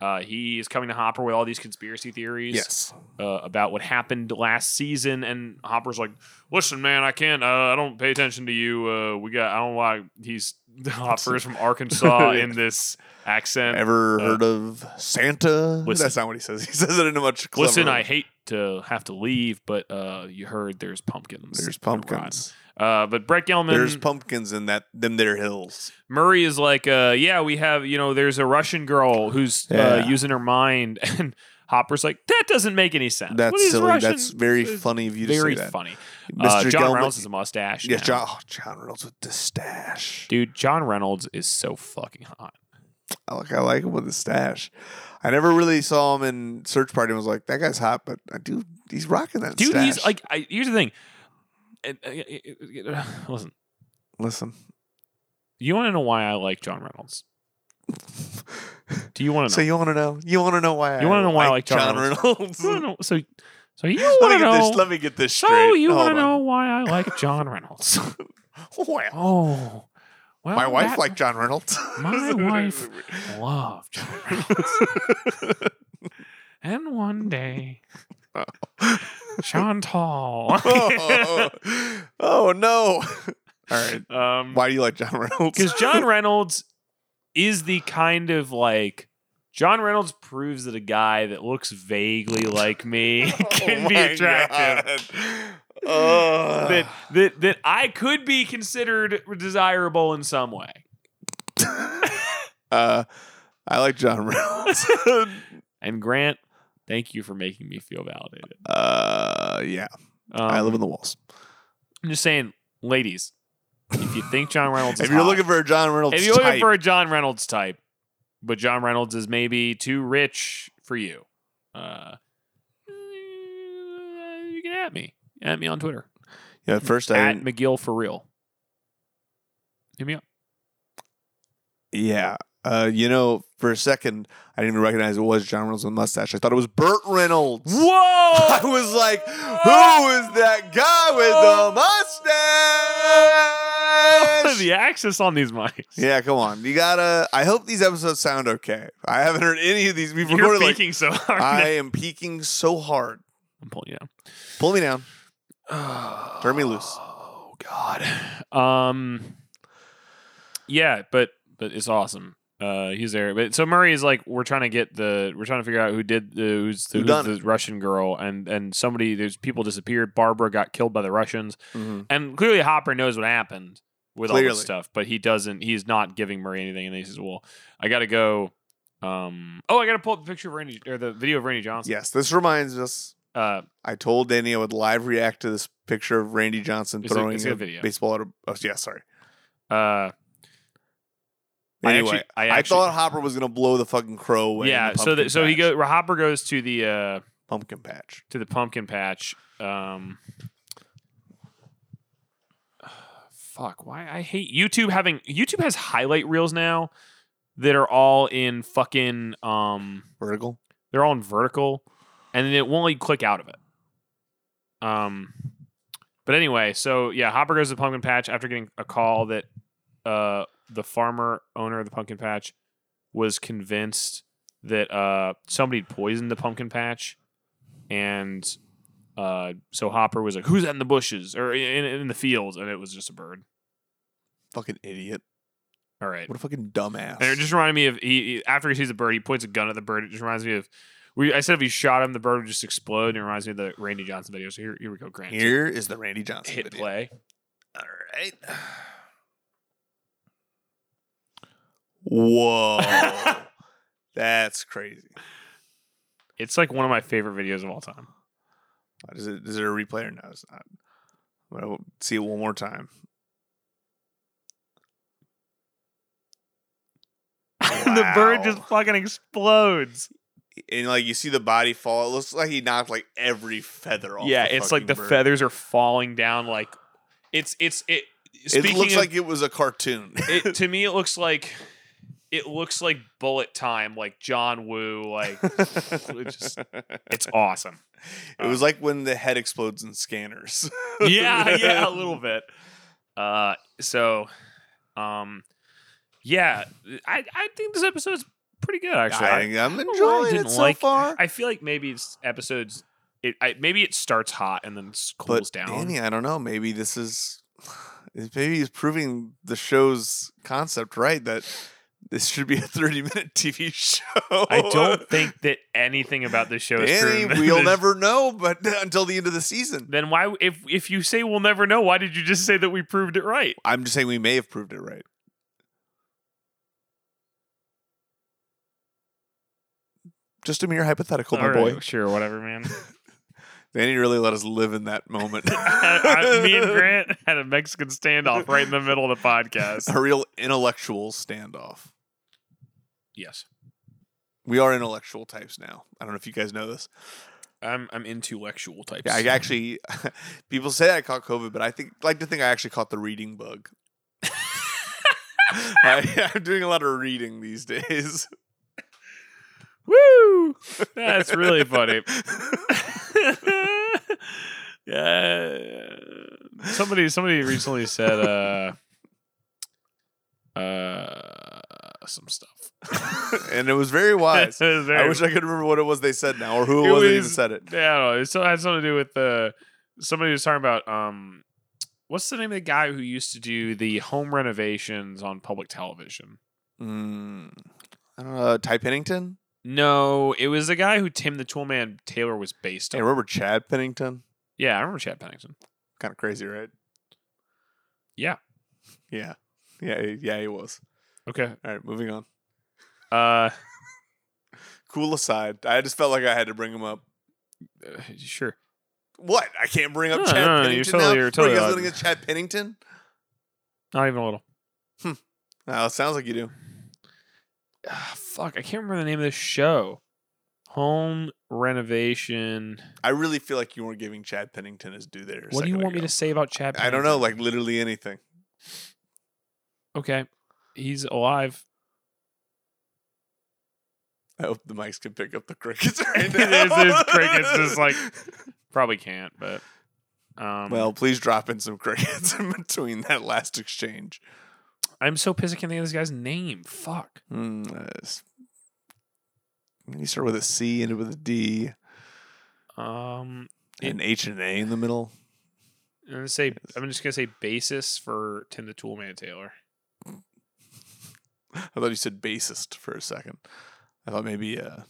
B: Uh, he is coming to Hopper with all these conspiracy theories
A: Yes.
B: uh, about what happened last season, and Hopper's like, "Listen, man, I can't. Uh, I don't pay attention to you. Uh, we got. I don't know why he's <laughs> Hopper is from
A: <laughs>
B: Arkansas in this accent.
A: Ever
B: uh,
A: heard of Santa?
B: listen.
A: That's not what he says. <laughs> He says it in a much cleverer.
B: Listen, I hate to have to leave, but uh, you heard there's pumpkins.
A: There's
B: in the rotten."
A: pumpkins.
B: Uh, but Brett Gelman,
A: There's pumpkins in that them there hills.
B: Murray is like, uh, yeah, we have, you know, there's a Russian girl who's uh,
A: Yeah.
B: using her mind, <laughs> and Hopper's like, that doesn't make any sense.
A: That's
B: What is
A: silly.
B: Russian?
A: That's very
B: It's
A: funny of you to
B: very
A: say that.
B: funny. Uh, John
A: Gelman-
B: Reynolds is a mustache.
A: Yeah,
B: now.
A: John, oh, John Reynolds with the stash.
B: Dude, John Reynolds is so fucking hot.
A: I like I like him with the stash. I never really saw him in Search Party and was like, that guy's hot, but I do he's rocking that
B: Dude, he's
A: stache.
B: like, I, here's the thing. And, uh, uh, uh, <sighs> Listen,
A: Listen.
B: you want to know why I like John Reynolds? Do you want to
A: So
B: know?
A: you wanna know you wanna know why
B: You wanna know why I like John
A: Reynolds.
B: You wanna know- so,
A: <laughs>
B: so <laughs> you
A: let, me
B: want to
A: get this,
B: know?
A: let me get this straight.
B: So you
A: Hold
B: want to
A: on. <laughs>
B: know why I like John Reynolds?
A: Well,
B: Oh, well,
A: my wife
B: that-
A: liked John Reynolds. <laughs>
B: My wife- love John Reynolds. and
A: <laughs>
B: one day, Chantal.
A: oh, oh, no. <laughs> All right.
B: um,
A: Why do you like John
B: <laughs>
A: Reynolds?
B: because John Reynolds is the kind of like John Reynolds proves that a guy that looks vaguely like me <laughs>
A: <laughs> <laughs>
B: can
A: Oh
B: be
A: my
B: attractive.
A: God. <laughs> Oh. Ugh.
B: That, that that I could be considered desirable in some way.
A: <laughs> uh, I like John <laughs> Reynolds.
B: And Grant, thank you for making me feel validated.
A: uh, yeah.
B: Um,
A: I live in the walls.
B: I'm just saying, ladies, if you think John Reynolds is
A: If you're
B: hot-
A: looking for a John Reynolds,
B: if you're looking
A: type,
B: for a John Reynolds type, but John Reynolds is maybe too rich for you, uh, you can at me. At me on Twitter.
A: yeah, at first I
B: At
A: didn't-
B: McGill for real. Hit me up.
A: yeah. Uh, you know, for a second, I didn't even recognize it was John Reynolds with a mustache. I thought it was Burt Reynolds. <laughs> <laughs> I
B: Whoa!
A: was like, who is that guy with the mustache?
B: <laughs> the axis on these mics.
A: Yeah, come on. You gotta. I hope these episodes sound okay. I haven't heard any of these. We've
B: You're
A: recorded like
B: peeking so hard.
A: I am peaking so hard.
B: <laughs> I'm pulling you down.
A: Pull me down.
B: Oh,
A: Turn me loose.
B: Oh God. Um. Yeah, but but it's awesome. Uh, he's there. But so Murray is like, we're trying to get the, we're trying to figure out who did the, who's, the,
A: Who
B: who's
A: done
B: the Russian girl, and and somebody, there's people disappeared. Barbara got killed by the Russians, and clearly Hopper knows what happened with all
A: Clearly.
B: this stuff, but he doesn't. He's not giving Murray anything, and he says, well, I got to go. Um. Oh, I got to pull up the picture of Randy or the video of Randy Johnson.
A: Yes, this reminds us.
B: Uh,
A: I told Danny I would live react to this picture of Randy Johnson
B: It's a-
A: throwing
B: it's a
A: a,
B: good video.
A: baseball at a. Oh, yeah, sorry.
B: uh.
A: Anyway,
B: I, actually, I,
A: I,
B: actually-
A: thought Hopper was gonna blow the fucking crow away. in
B: Yeah,
A: the
B: so
A: pumpkin
B: that so he
A: patch.
B: go Hopper goes to the uh
A: pumpkin patch.
B: to the pumpkin patch. Um Fuck, why I hate YouTube having YouTube has highlight reels now that are all in fucking um
A: Vertical.
B: they're all in vertical and then it won't let you click out of it. Um but anyway, so yeah, Hopper goes to the pumpkin patch after getting a call that uh the farmer owner of the pumpkin patch was convinced that uh somebody had poisoned the pumpkin patch and uh so Hopper was like, Who's that in the bushes or in, in the fields? And it was just a bird.
A: Fucking idiot.
B: All right.
A: What a fucking dumbass.
B: And it just reminded me of he, he- after he sees the bird, he points a gun at the bird. It just reminds me of we. I said if he shot him, the bird would just explode. And it reminds me of the Randy Johnson video. So here, here we go, Grant.
A: Here is the Randy Johnson.
B: Hit
A: video.
B: play.
A: All right.
B: <laughs>
A: Whoa. That's crazy.
B: It's like one of my favorite videos of all time.
A: Is it, is it a replay or no? It's not. I'm going to see it one more time.
B: <laughs> the bird
A: <laughs> Wow.
B: just fucking explodes.
A: And like you see the body fall. It looks like he knocked like every feather off.
B: yeah,
A: the
B: it's like
A: fucking
B: the
A: bird.
B: feathers are falling down. Like it's it's it.
A: It
B: Speaking
A: looks
B: of,
A: like it was a
B: <laughs>
A: cartoon.
B: it, to me, it looks like it looks like bullet time. Like John Woo.
A: <laughs>
B: Like
A: it,
B: just- it's awesome.
A: was like when the head explodes in scanners. <laughs>
B: yeah, yeah, a little bit. Uh, so, um, yeah, I I think this episode's pretty good actually.
A: I,
B: I,
A: am
B: don't know why I
A: enjoying it
B: didn't
A: so
B: like-
A: far.
B: I feel like maybe it's episodes. It I, maybe it starts hot and then s- cools down.
A: Danny, I don't know. Maybe this is <sighs> maybe he's proving the show's concept right that this should be a <laughs> 30 minute TV show. <laughs>
B: I don't think that anything about this show is
A: Danny,
B: true. <laughs>
A: we'll
B: There's-
A: never know, but <laughs> until the end of the season.
B: Then why if if you say we'll never know, why did you just say that we proved it right?
A: I'm just saying we may have proved it right. Just a mere hypothetical, my
B: All
A: boy.
B: right, Sure, whatever, man. <laughs>
A: Danny really let us live in that moment.
B: I, I- me
A: <laughs>
B: and Grant had a Mexican standoff right in the middle of the
A: <laughs>
B: podcast.
A: a real intellectual standoff.
B: Yes.
A: We are intellectual types now. I don't know if you guys know this.
B: I'm I'm intellectual types.
A: Yeah, I actually, <laughs> people say I caught COVID, but I think like to think I actually caught the reading
B: <laughs>
A: bug. I, <laughs> I'm doing a lot of reading these days. <laughs>
B: Woo! <laughs> That's really funny. <laughs> yeah. Somebody somebody recently said uh uh some stuff.
A: and it was very wise.
B: It was
A: <laughs> I
B: very-
A: wish I could remember what it was they said now or who it,
B: It
A: was that even
B: was-
A: said it.
B: yeah, I don't know. It still had something to do with uh somebody was talking about um what's the name of the guy who used to do the home renovations on public television?
A: Mm, I don't know. uh, Ty Pennington?
B: No, it was the guy who Tim the Toolman Taylor was based
A: Hey,
B: on.
A: remember Chad Pennington?
B: yeah, I remember Chad Pennington.
A: Kind of crazy, right?
B: Yeah.
A: Yeah. Yeah. Yeah, he was.
B: Okay.
A: All right, moving on.
B: Uh
A: Cool aside, I just felt like I had to bring him up.
B: Uh, <sighs> sure.
A: What? I can't bring up
B: No,
A: Chad
B: no, no,
A: Pennington
B: you're totally-
A: now?
B: you're
A: What,
B: totally
A: you guys
B: allowed.
A: looking at Chad Pennington?
B: Not even a little.
A: No, it sounds like you do.
B: Ah, fuck, I can't remember the name of this show. Home renovation.
A: I really feel like you weren't giving Chad Pennington his due there. a
B: What do you
A: second
B: want me
A: ago.
B: to say about Chad?
A: I don't know, like literally anything.
B: okay, he's alive.
A: I hope the mics can pick up the
B: <laughs>
A: crickets right now.
B: there's, there's crickets just like probably can't, but um,
A: Well, please drop in some crickets <laughs> in between that last exchange.
B: I'm so pissed I can't think of this guy's name. Fuck.
A: Mm, uh, s- you start with a C, ended with a D,
B: Um, It-
A: and H and an A in the middle.
B: I'm gonna say I'm just gonna say basis for Tim the Toolman Taylor.
A: <laughs> I thought you said bassist for a second. I thought maybe uh,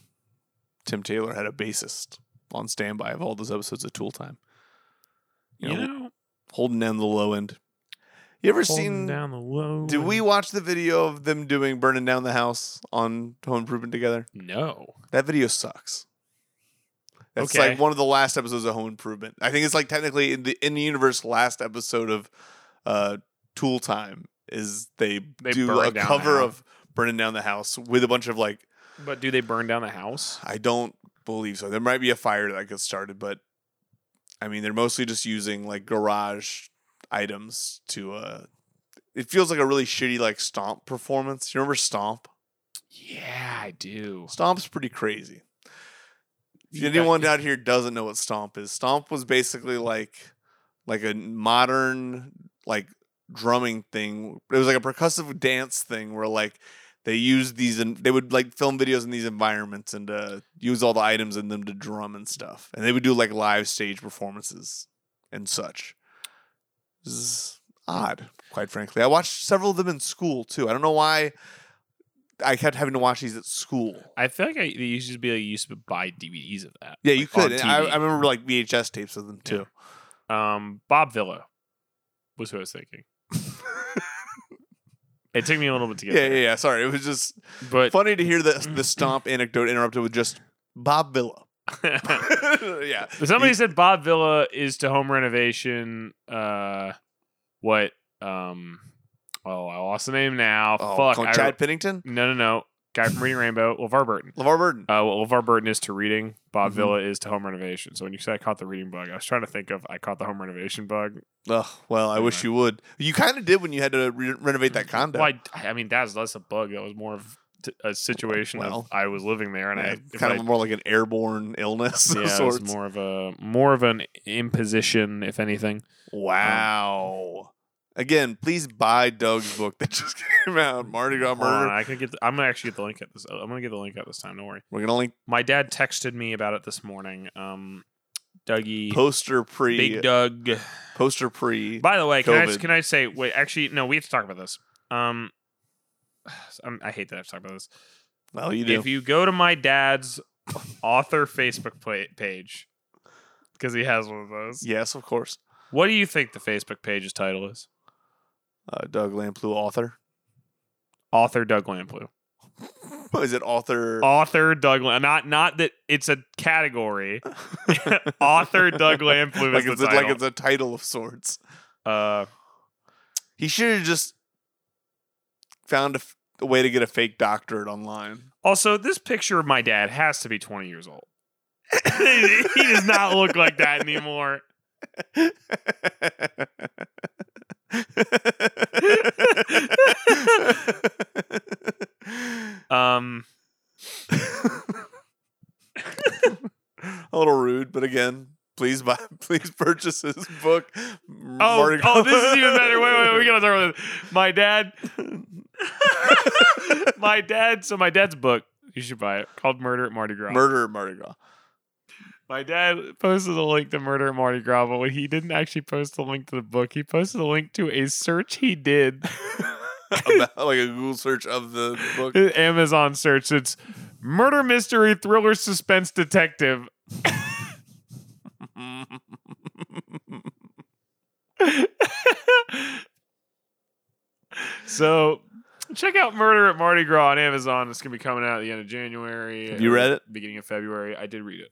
A: Tim Taylor had a bassist on standby of all those episodes of Tool Time. You
B: You
A: know,
B: know,
A: holding down the low end. You ever
B: holding
A: seen?
B: down the low.
A: Did we
B: and-
A: watch the video of them doing burning down the house on Home Improvement together?
B: No.
A: That video sucks. That's
B: Okay.
A: like one of the last episodes of Home Improvement. I think it's like technically in the in the universe last episode of uh Tool Time is they,
B: They
A: do
B: burn
A: a
B: down the
A: cover
B: house.
A: of burning down the house with a bunch of like
B: But do they burn down the house?
A: I don't believe so. There might be a fire that gets started, but I mean, they're mostly just using like garage items to. uh It feels like a really shitty like stomp performance. You remember stomp?
B: Yeah, I do.
A: Stomp's pretty crazy. If
B: Yeah.
A: anyone out here doesn't know what stomp is, stomp was basically like like a modern like drumming thing. It was like a percussive dance thing where like they used these and they would like film videos in these environments and uh, use all the items in them to drum and stuff. And they would do like live stage performances and such. This is odd, quite frankly. I watched several of them in school too. I don't know why I kept having to watch these at school.
B: I feel like I, they used to be like, you used to buy DVDs of that.
A: Yeah, you
B: like, on
A: could. And I,
B: TV.
A: I remember like VHS tapes of them
B: Yeah.
A: too.
B: Um, Bob Villa was who I was thinking. It took me a little bit to
A: Yeah,
B: get
A: yeah,
B: there,
A: yeah. Sorry, it was just
B: but
A: funny to hear
B: <clears throat>
A: the the stomp anecdote interrupted with just Bob Villa.
B: <laughs>
A: yeah,
B: somebody said Bob Villa is to home renovation. Uh, what? Um, oh, I lost the name now.
A: Oh,
B: Fuck.
A: call
B: I-
A: Chad Pennington,
B: no, no, no. Guy from Reading Rainbow, LeVar Burton.
A: LeVar Burton.
B: Uh, well, LeVar Burton is to reading. Bob
A: Mhm.
B: Villa is to home renovation. So when you said I caught the reading bug, I was trying to think of I caught the home renovation bug.
A: Ugh, well, I wish
B: Anyway.
A: you would. You kind of did when you had to re- renovate that condo.
B: Well, I, I mean that's less a bug. That was more of t- a situation
A: Well.
B: of I was living there and
A: Yeah,
B: I if
A: kind
B: I-
A: of more like an airborne illness of
B: <laughs> yeah, it was
A: sorts.
B: more of a more of an imposition, if anything.
A: wow. Again, please buy Doug's book that just <laughs> came out, Mardi Gras
B: Hold on,
A: Murder.
B: I can get. The, I'm gonna actually get the link at this. I'm gonna get the link out this time. Don't worry.
A: We're gonna link
B: My dad texted me about it this morning. Um, Dougie,
A: poster pre
B: Big Doug.
A: poster pre.
B: By the way, can I
A: COVID.
B: can I say wait? Actually, no. We have to talk about this. Um, <sighs> I'm, I hate that I have to talk about this.
A: Well, you do.
B: If you go to my dad's author Facebook pla- page, because he has one of those.
A: yes, of course.
B: What do you think the Facebook page's title is?
A: Uh, Doug Lamplew, author. <laughs>
B: Author Doug Lamplew.
A: Is it author?
B: Author Doug. Lam- Not not that it's a
A: <laughs>
B: category. author Doug Lamplew
A: like
B: is the
A: it's a, like
B: title.
A: it's a title of sorts.
B: Uh,
A: He should have just found a, f- a way to get a fake doctorate online. <laughs>
B: also, this picture of my dad has to be 20 years old. <laughs> he does not look like that anymore. Um,
A: a little rude, but again, please buy, <laughs> please purchase his book. Oh,
B: oh, oh, this is even better. Wait,
A: <laughs>
B: wait, we gotta talk about this. My dad, my dad. So my dad's book, you should buy it, called Murder at Mardi Gras.
A: Murder at Mardi Gras. <laughs>
B: My dad posted a link to Murder at Mardi Gras, but when he didn't actually post the link to the book, he posted a link to a search he did
A: About, like a Google search of the <laughs> book.
B: Amazon search. It's murder mystery thriller suspense detective. so check out Murder at Mardi Gras on Amazon. It's gonna be coming out at the end of January.
A: Have you read it?
B: Beginning of February. I did read it.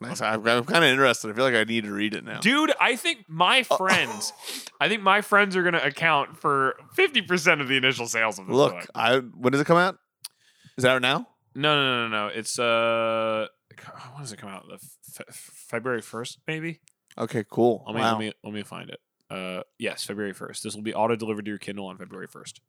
A: Nice. I'm, I'm kind of interested. I feel like I need to read it now.
B: Dude, I think my
A: Uh, <sighs>
B: friends I think my friends are gonna account for fifty percent of the initial sales of this
A: Look,
B: book.
A: I when does it come out? Is that now?
B: No, no, no, no, no. It's uh, when does it come out? The fe- February first, maybe.
A: Okay, cool.
B: Let me
A: Wow.
B: let me let me find it. Uh, yes, February first. This will be auto delivered to your Kindle on February first.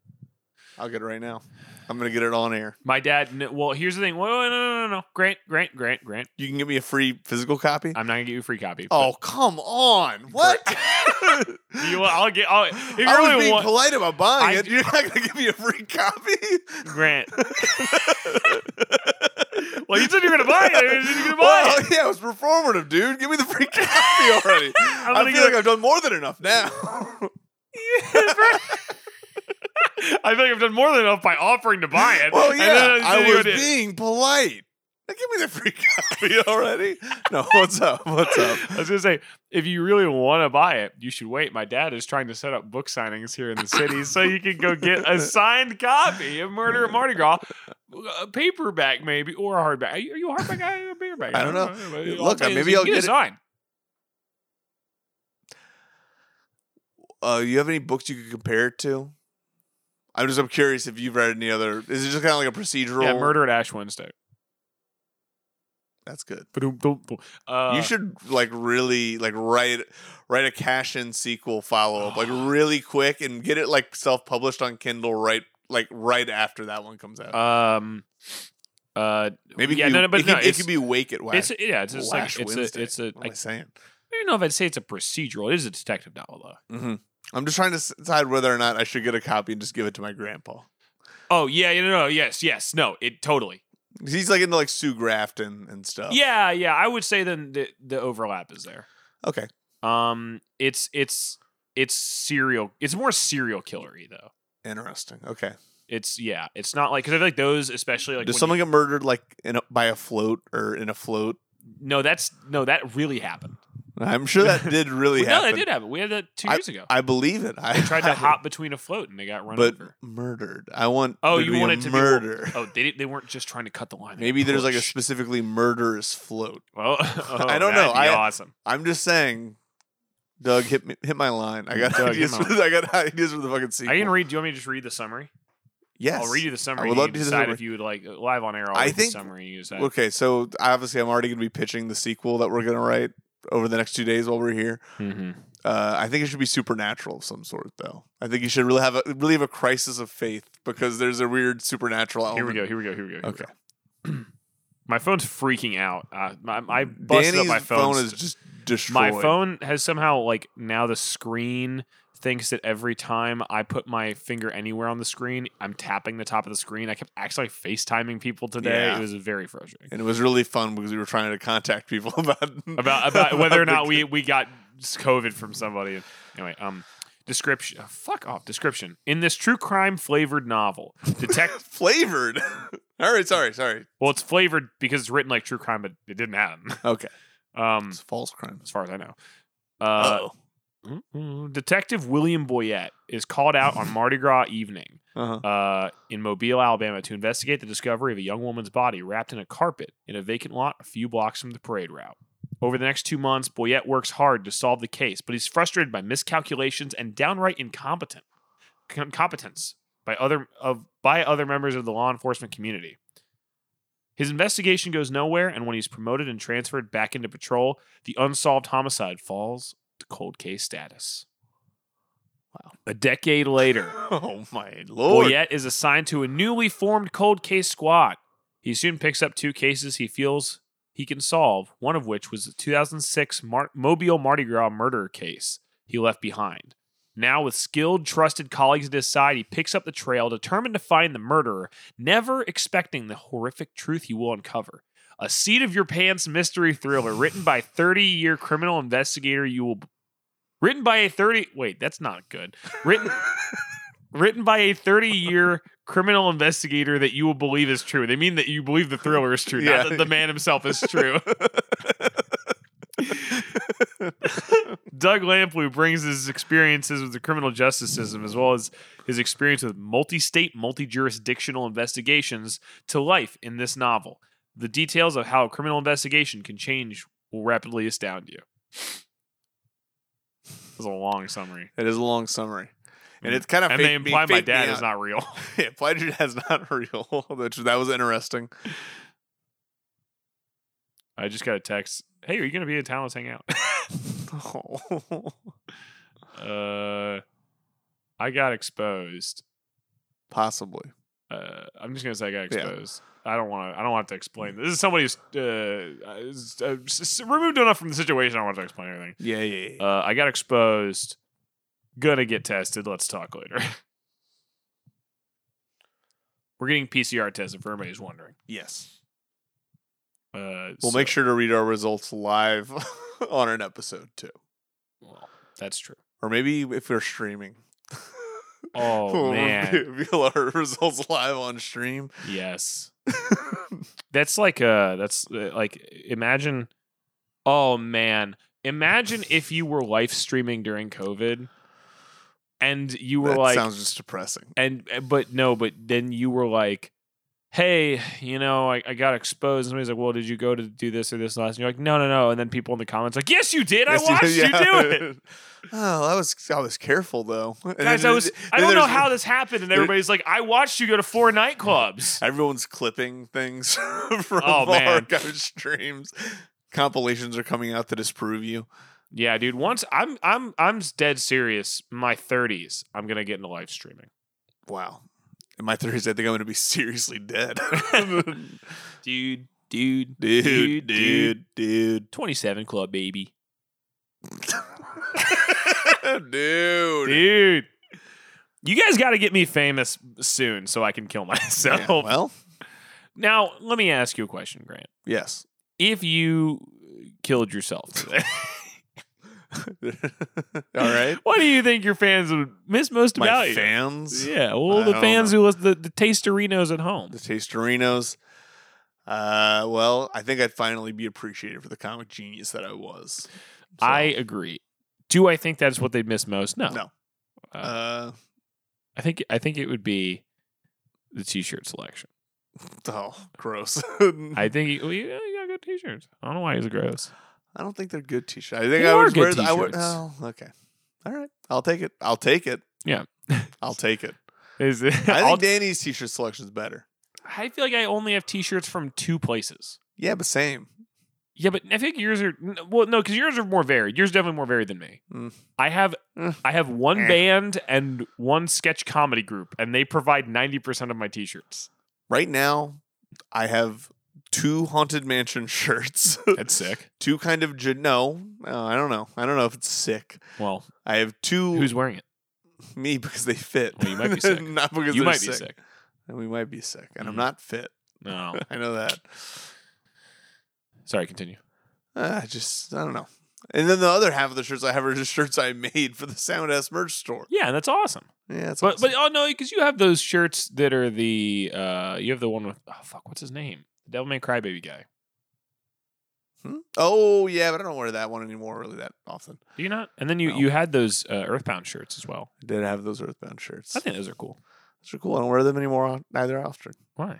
A: I'll get it right now. I'm gonna get it on air.
B: My dad. kn- Well, here's the thing. Whoa, no, no, no, no. Grant, Grant, Grant, Grant.
A: You can get me a free physical copy.
B: I'm not gonna get you a free copy. but-
A: oh come on! What?
B: <laughs>
A: <laughs>
B: You want- I'll get. I'll, if you
A: I was
B: really
A: being
B: want,
A: polite about buying
B: I-
A: it. You're not gonna give me a free copy.
B: Grant. well, you said you were gonna <laughs> buy it. You said you were gonna buy
A: Well,
B: it.
A: yeah, it was performative, dude. Give me the free <laughs> copy already. <laughs>
B: I'm
A: I
B: gonna
A: feel
B: get
A: like
B: a-
A: I've done more than enough
B: <laughs>
A: now.
B: I feel like I've done more than enough by offering to buy it.
A: Well,
B: and then
A: yeah,
B: you said you
A: I was
B: did.
A: being polite. Now give me the free <laughs> copy already. No, what's up? What's up?
B: <laughs> I was gonna say, if you really want to buy it, you should wait. My dad is trying to set up book signings here in
A: <laughs>
B: the city, so you can go get a signed copy of Murder at Mardi Gras, a paperback maybe, or a hardback. Are you, are you a hardback guy or a paperback? guy?
A: I don't know.
B: But all I'm
A: Look,
B: saying is
A: maybe
B: you
A: I'll
B: a
A: get it.
B: sign.
A: Uh, you have any books you could compare it to? I'm just I'm curious if you've read any other. Is it just kind of like a procedural?
B: Yeah, Murder at Ash Wednesday.
A: That's good.
B: Uh,
A: you should like really like write write a cash in sequel follow
B: <gasps>
A: up like really quick and get it like self published on Kindle right like right after that one comes out.
B: Um. Uh.
A: Maybe it
B: yeah,
A: could be,
B: no, no, but
A: it, could,
B: no,
A: it
B: it's-
A: could be wake it
B: It's
A: wash.
B: yeah. It's just like
A: Wash
B: it's a,
A: Wednesday.
B: it's a.
A: What
B: I,
A: am I saying?
B: I don't know if I'd say it's a procedural. It is a detective novel though.
A: hmm I'm just trying to s- decide whether or not I should get a copy and just give it to my grandpa.
B: Oh yeah, yeah, no, no, yes, yes, no, it totally.
A: 'Cause He's like into like Sue Grafton and stuff.
B: Yeah, yeah. I would say then the the overlap is there.
A: Okay.
B: Um, it's it's it's serial. It's more serial killery though.
A: Interesting. Okay.
B: It's yeah. It's not like because I feel like those especially like
A: Does
B: when
A: someone get murdered like in a, by a float or in a float?
B: you- no, that's no, that really happened.
A: I'm sure
B: <laughs>
A: that did really
B: no,
A: happen.
B: that did happen. We had that two years ago.
A: I believe it. I
B: they tried
A: I-
B: to hop between a float and they got run
A: but
B: over.
A: murdered. I want.
B: Oh,
A: there
B: you
A: be
B: want
A: a
B: it to
A: murder.
B: be murder? Oh, they didn't- they weren't just trying to cut the line. They
A: Maybe there's
B: <laughs>
A: like a
B: pushed.
A: specifically murderous float. <laughs>
B: Oh,
A: I don't know.
B: that'd be
A: I-
B: awesome.
A: I'm just saying. Doug, hit me, hit my line. I got
B: Doug,
A: ideas.
B: hit my
A: For, I got <laughs> ideas for the fucking sequel. <laughs>
B: I can read. Do you want me to just read the summary?
A: Yes.
B: I'll read you the summary.
A: would
B: and
A: love
B: you
A: to
B: can
A: hear the
B: decide
A: summary.
B: if you would like live on air. I'll
A: I
B: read the
A: think-
B: summary. And you decide.
A: Okay, so obviously, I'm already going to be pitching the sequel that we're going to write over the next two days while we're here. Uh, I think it should be supernatural of some sort, though. I think you should really have a really have a crisis of faith because there's a weird supernatural element.
B: Here we go. Here we go. Here we go. Here
A: Okay.
B: We go. my phone's freaking out. Uh, my, I busted up
A: Danny's
B: my phone.
A: is just destroyed.
B: my phone has somehow like now the screen thinks that every time I put my finger anywhere on the screen, I'm tapping the top of the screen. I kept actually FaceTiming people today.
A: Yeah.
B: It was very frustrating.
A: and it was really fun because we were trying to contact people <laughs> about
B: about
A: <laughs>
B: about whether or not
A: the-
B: we we got COVID from somebody. Anyway, um, description. oh, fuck off. Description. In this true crime flavored novel, detect.
A: <laughs> flavored. All right, sorry, sorry.
B: well, it's flavored because it's written like true crime, but it didn't happen. <laughs>
A: Okay,
B: Um,
A: it's false crimes.
B: as far as I know. Uh, mm, Detective William Boyette is called out on Mardi Gras evening
A: Uh-huh.
B: uh, in Mobile, Alabama, to investigate the discovery of a young woman's body wrapped in a carpet in a vacant lot a few blocks from the parade route. Over the next two months, Boyette works hard to solve the case, but he's frustrated by miscalculations and downright incompetent incompetence by other of by other members of the law enforcement community. His investigation goes nowhere, and when he's promoted and transferred back into patrol, the unsolved homicide falls to cold case status. Wow. A decade later,
A: <laughs> Oh my lord!
B: Boyette is assigned to a newly formed cold case squad. He soon picks up two cases he feels he can solve, one of which was the 2006 Mar- Mobile Mardi Gras murder case he left behind. Now, with skilled, trusted colleagues at his side, he picks up the trail, determined to find the murderer, never expecting the horrific truth he will uncover. A seat of your pants mystery thriller written by 30 year criminal investigator you will. Written by a 30. Wait, that's not good. Written
A: <laughs>
B: written by a 30 year criminal investigator that you will believe is true. They mean that you believe the thriller is true,
A: Yeah.
B: not that the man himself is true.
A: <laughs>
B: Doug Lamplew brings his experiences with the criminal justice system as well as his experience with multi state, multi jurisdictional investigations to life in this novel. The details of how a criminal investigation can change will rapidly astound you. This is a long summary.
A: It is a long summary, and it's kind of
B: And they imply my dad is not real.
A: <laughs> Yeah, implied your dad's not <laughs> real. Which that was interesting. <laughs>
B: I just got a text. Hey, are you going to be in town? Let's hang out.
A: Oh.
B: Uh, I got exposed
A: Possibly.
B: Uh, I'm just gonna say I got
A: Yeah.
B: exposed. I don't want to. I don't want to explain. This is somebody who's uh, is, uh, s- s- removed enough from the situation. I don't want to explain anything.
A: Yeah, yeah, yeah.
B: Uh, I got exposed. Gonna get tested. Let's talk later. <laughs> We're getting PCR tested. For everybody who's wondering,
A: yes.
B: uh,
A: We'll
B: so-
A: make sure to read our results live <laughs> on an episode too.
B: well, that's true.
A: Or maybe if we're streaming.
B: Oh
A: <laughs> we'll
B: man,
A: review- reveal our <laughs> results live on stream.
B: yes. That's like uh that's uh, like imagine oh man, imagine if you were live streaming during COVID and you were
A: that
B: like
A: sounds just depressing.
B: and uh, but no, but then you were like Hey, you know, I, I got exposed. And somebody's like, "Well, did you go to do this or this last?" And you're like, "No, no, no." And then people in the comments like, "Yes, you did.
A: Yes,
B: I watched you,
A: yeah.
B: do it,
A: Oh, I was I was careful though. <laughs> And
B: guys." I
A: then-
B: was. I
A: then
B: don't know
A: there's-
B: how this happened, and
A: there-
B: everybody's like, "I watched you go to four
A: <laughs>
B: nightclubs."
A: Everyone's clipping things <laughs> from
B: Oh,
A: our
B: man.
A: guys' streams. Compilations are coming out to disprove you.
B: Yeah, dude. Once I'm I'm I'm dead serious. My 30s, I'm gonna get into
A: <laughs>
B: live streaming. <laughs>
A: Wow. In my theories, I think I'm going to be seriously
B: <laughs>
A: dead. <laughs>
B: dude, dude,
A: dude, dude, dude.
B: 27 club baby,
A: dude. <laughs>
B: dude. You guys got to get me famous soon so I can kill <laughs> myself.
A: Yeah, well,
B: now, let me ask you a question, Grant.
A: yes. <laughs>
B: If you killed yourself today,
A: All
B: <laughs>
A: right.
B: what do you think your fans would miss most
A: My
B: about
A: fans,
B: you? Yeah, well,
A: I
B: the
A: don't
B: fans who listen, the, the Tasterinos at home.
A: the Tasterinos. Uh, well, I think I'd finally be appreciated for the comic genius that I was. So,
B: I agree. Do I think that's what they'd miss most? No.
A: No.
B: Uh,
A: uh,
B: I think I think it would be the t-shirt selection.
A: oh, gross. <laughs>
B: I think well, you, you got good t-shirts. I don't know why he's gross.
A: I don't think they're good t-shirts. I think
B: They
A: I
B: are
A: would
B: good
A: wear. The, I would.
B: t-shirts.
A: Oh, okay. All right. I'll take it. I'll take it.
B: Yeah. <laughs>
A: I'll take it.
B: Is it,
A: I
B: I'll-
A: think Danny's t-shirt selection is better.
B: I feel like I only have t-shirts from two places.
A: Yeah, but same.
B: Yeah, but I think yours are n- well, no, because yours are more varied. Yours are definitely more varied than me.
A: Mm.
B: I have
A: Mm.
B: I have one
A: Eh.
B: band and one sketch comedy group, and they provide ninety percent of my t-shirts.
A: Right now, I have two haunted mansion <laughs> shirts.
B: That's sick.
A: two kind of gen- no. no, I don't know. I don't know if it's sick.
B: Well,
A: I have two.
B: who's wearing it?
A: me because they fit.
B: Well, you might be
A: <laughs>
B: sick.
A: Not because
B: You
A: they're
B: might be sick.
A: And we might be sick, and
B: Mhm.
A: I'm not fit. <laughs>
B: No,
A: I know that.
B: sorry. Continue.
A: Uh, I just I don't know. And then the other half of the shirts I have are just shirts I made for the Sound S merch store.
B: Yeah, that's awesome.
A: Yeah, that's
B: But
A: awesome.
B: but oh no, because you have those shirts that are the uh you have the one with oh fuck what's his name the Devilman Crybaby guy.
A: Hmm? Oh yeah, but I don't wear that one anymore really that often.
B: Do you not? And then you
A: No.
B: you had those uh, Earthbound shirts as well.
A: I did have those Earthbound shirts.
B: I think those are cool.
A: Those are cool. I don't wear them anymore on- neither often.
B: Why?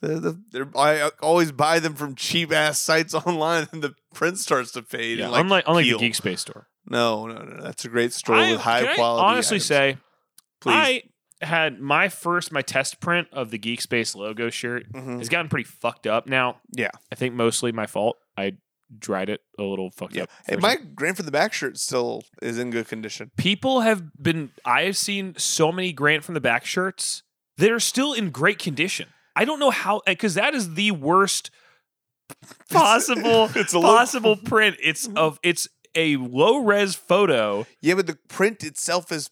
A: The, the, they're, I always buy them from cheap ass sites <laughs> online, and the print starts to fade.
B: Yeah,
A: and, like,
B: unlike unlike
A: peel.
B: the Geek Space store.
A: No, no, no. That's a great store
B: I-
A: with high
B: can I
A: quality.
B: honestly
A: items.
B: say
A: please.
B: I had my first my test print of the Geek Space logo shirt
A: Mhm.
B: has gotten pretty fucked up now.
A: Yeah.
B: I think mostly my fault. I dried it a little fucked
A: Yeah.
B: up.
A: Hey,
B: version.
A: my Grant for the back shirt still is in good condition. <laughs>
B: people have been I have seen so many Grant from the back shirts that are still in great condition. I don't know how because that is the worst possible
A: <laughs> It's a low-
B: possible print. It's of it's a low res photo.
A: Yeah, but the print itself is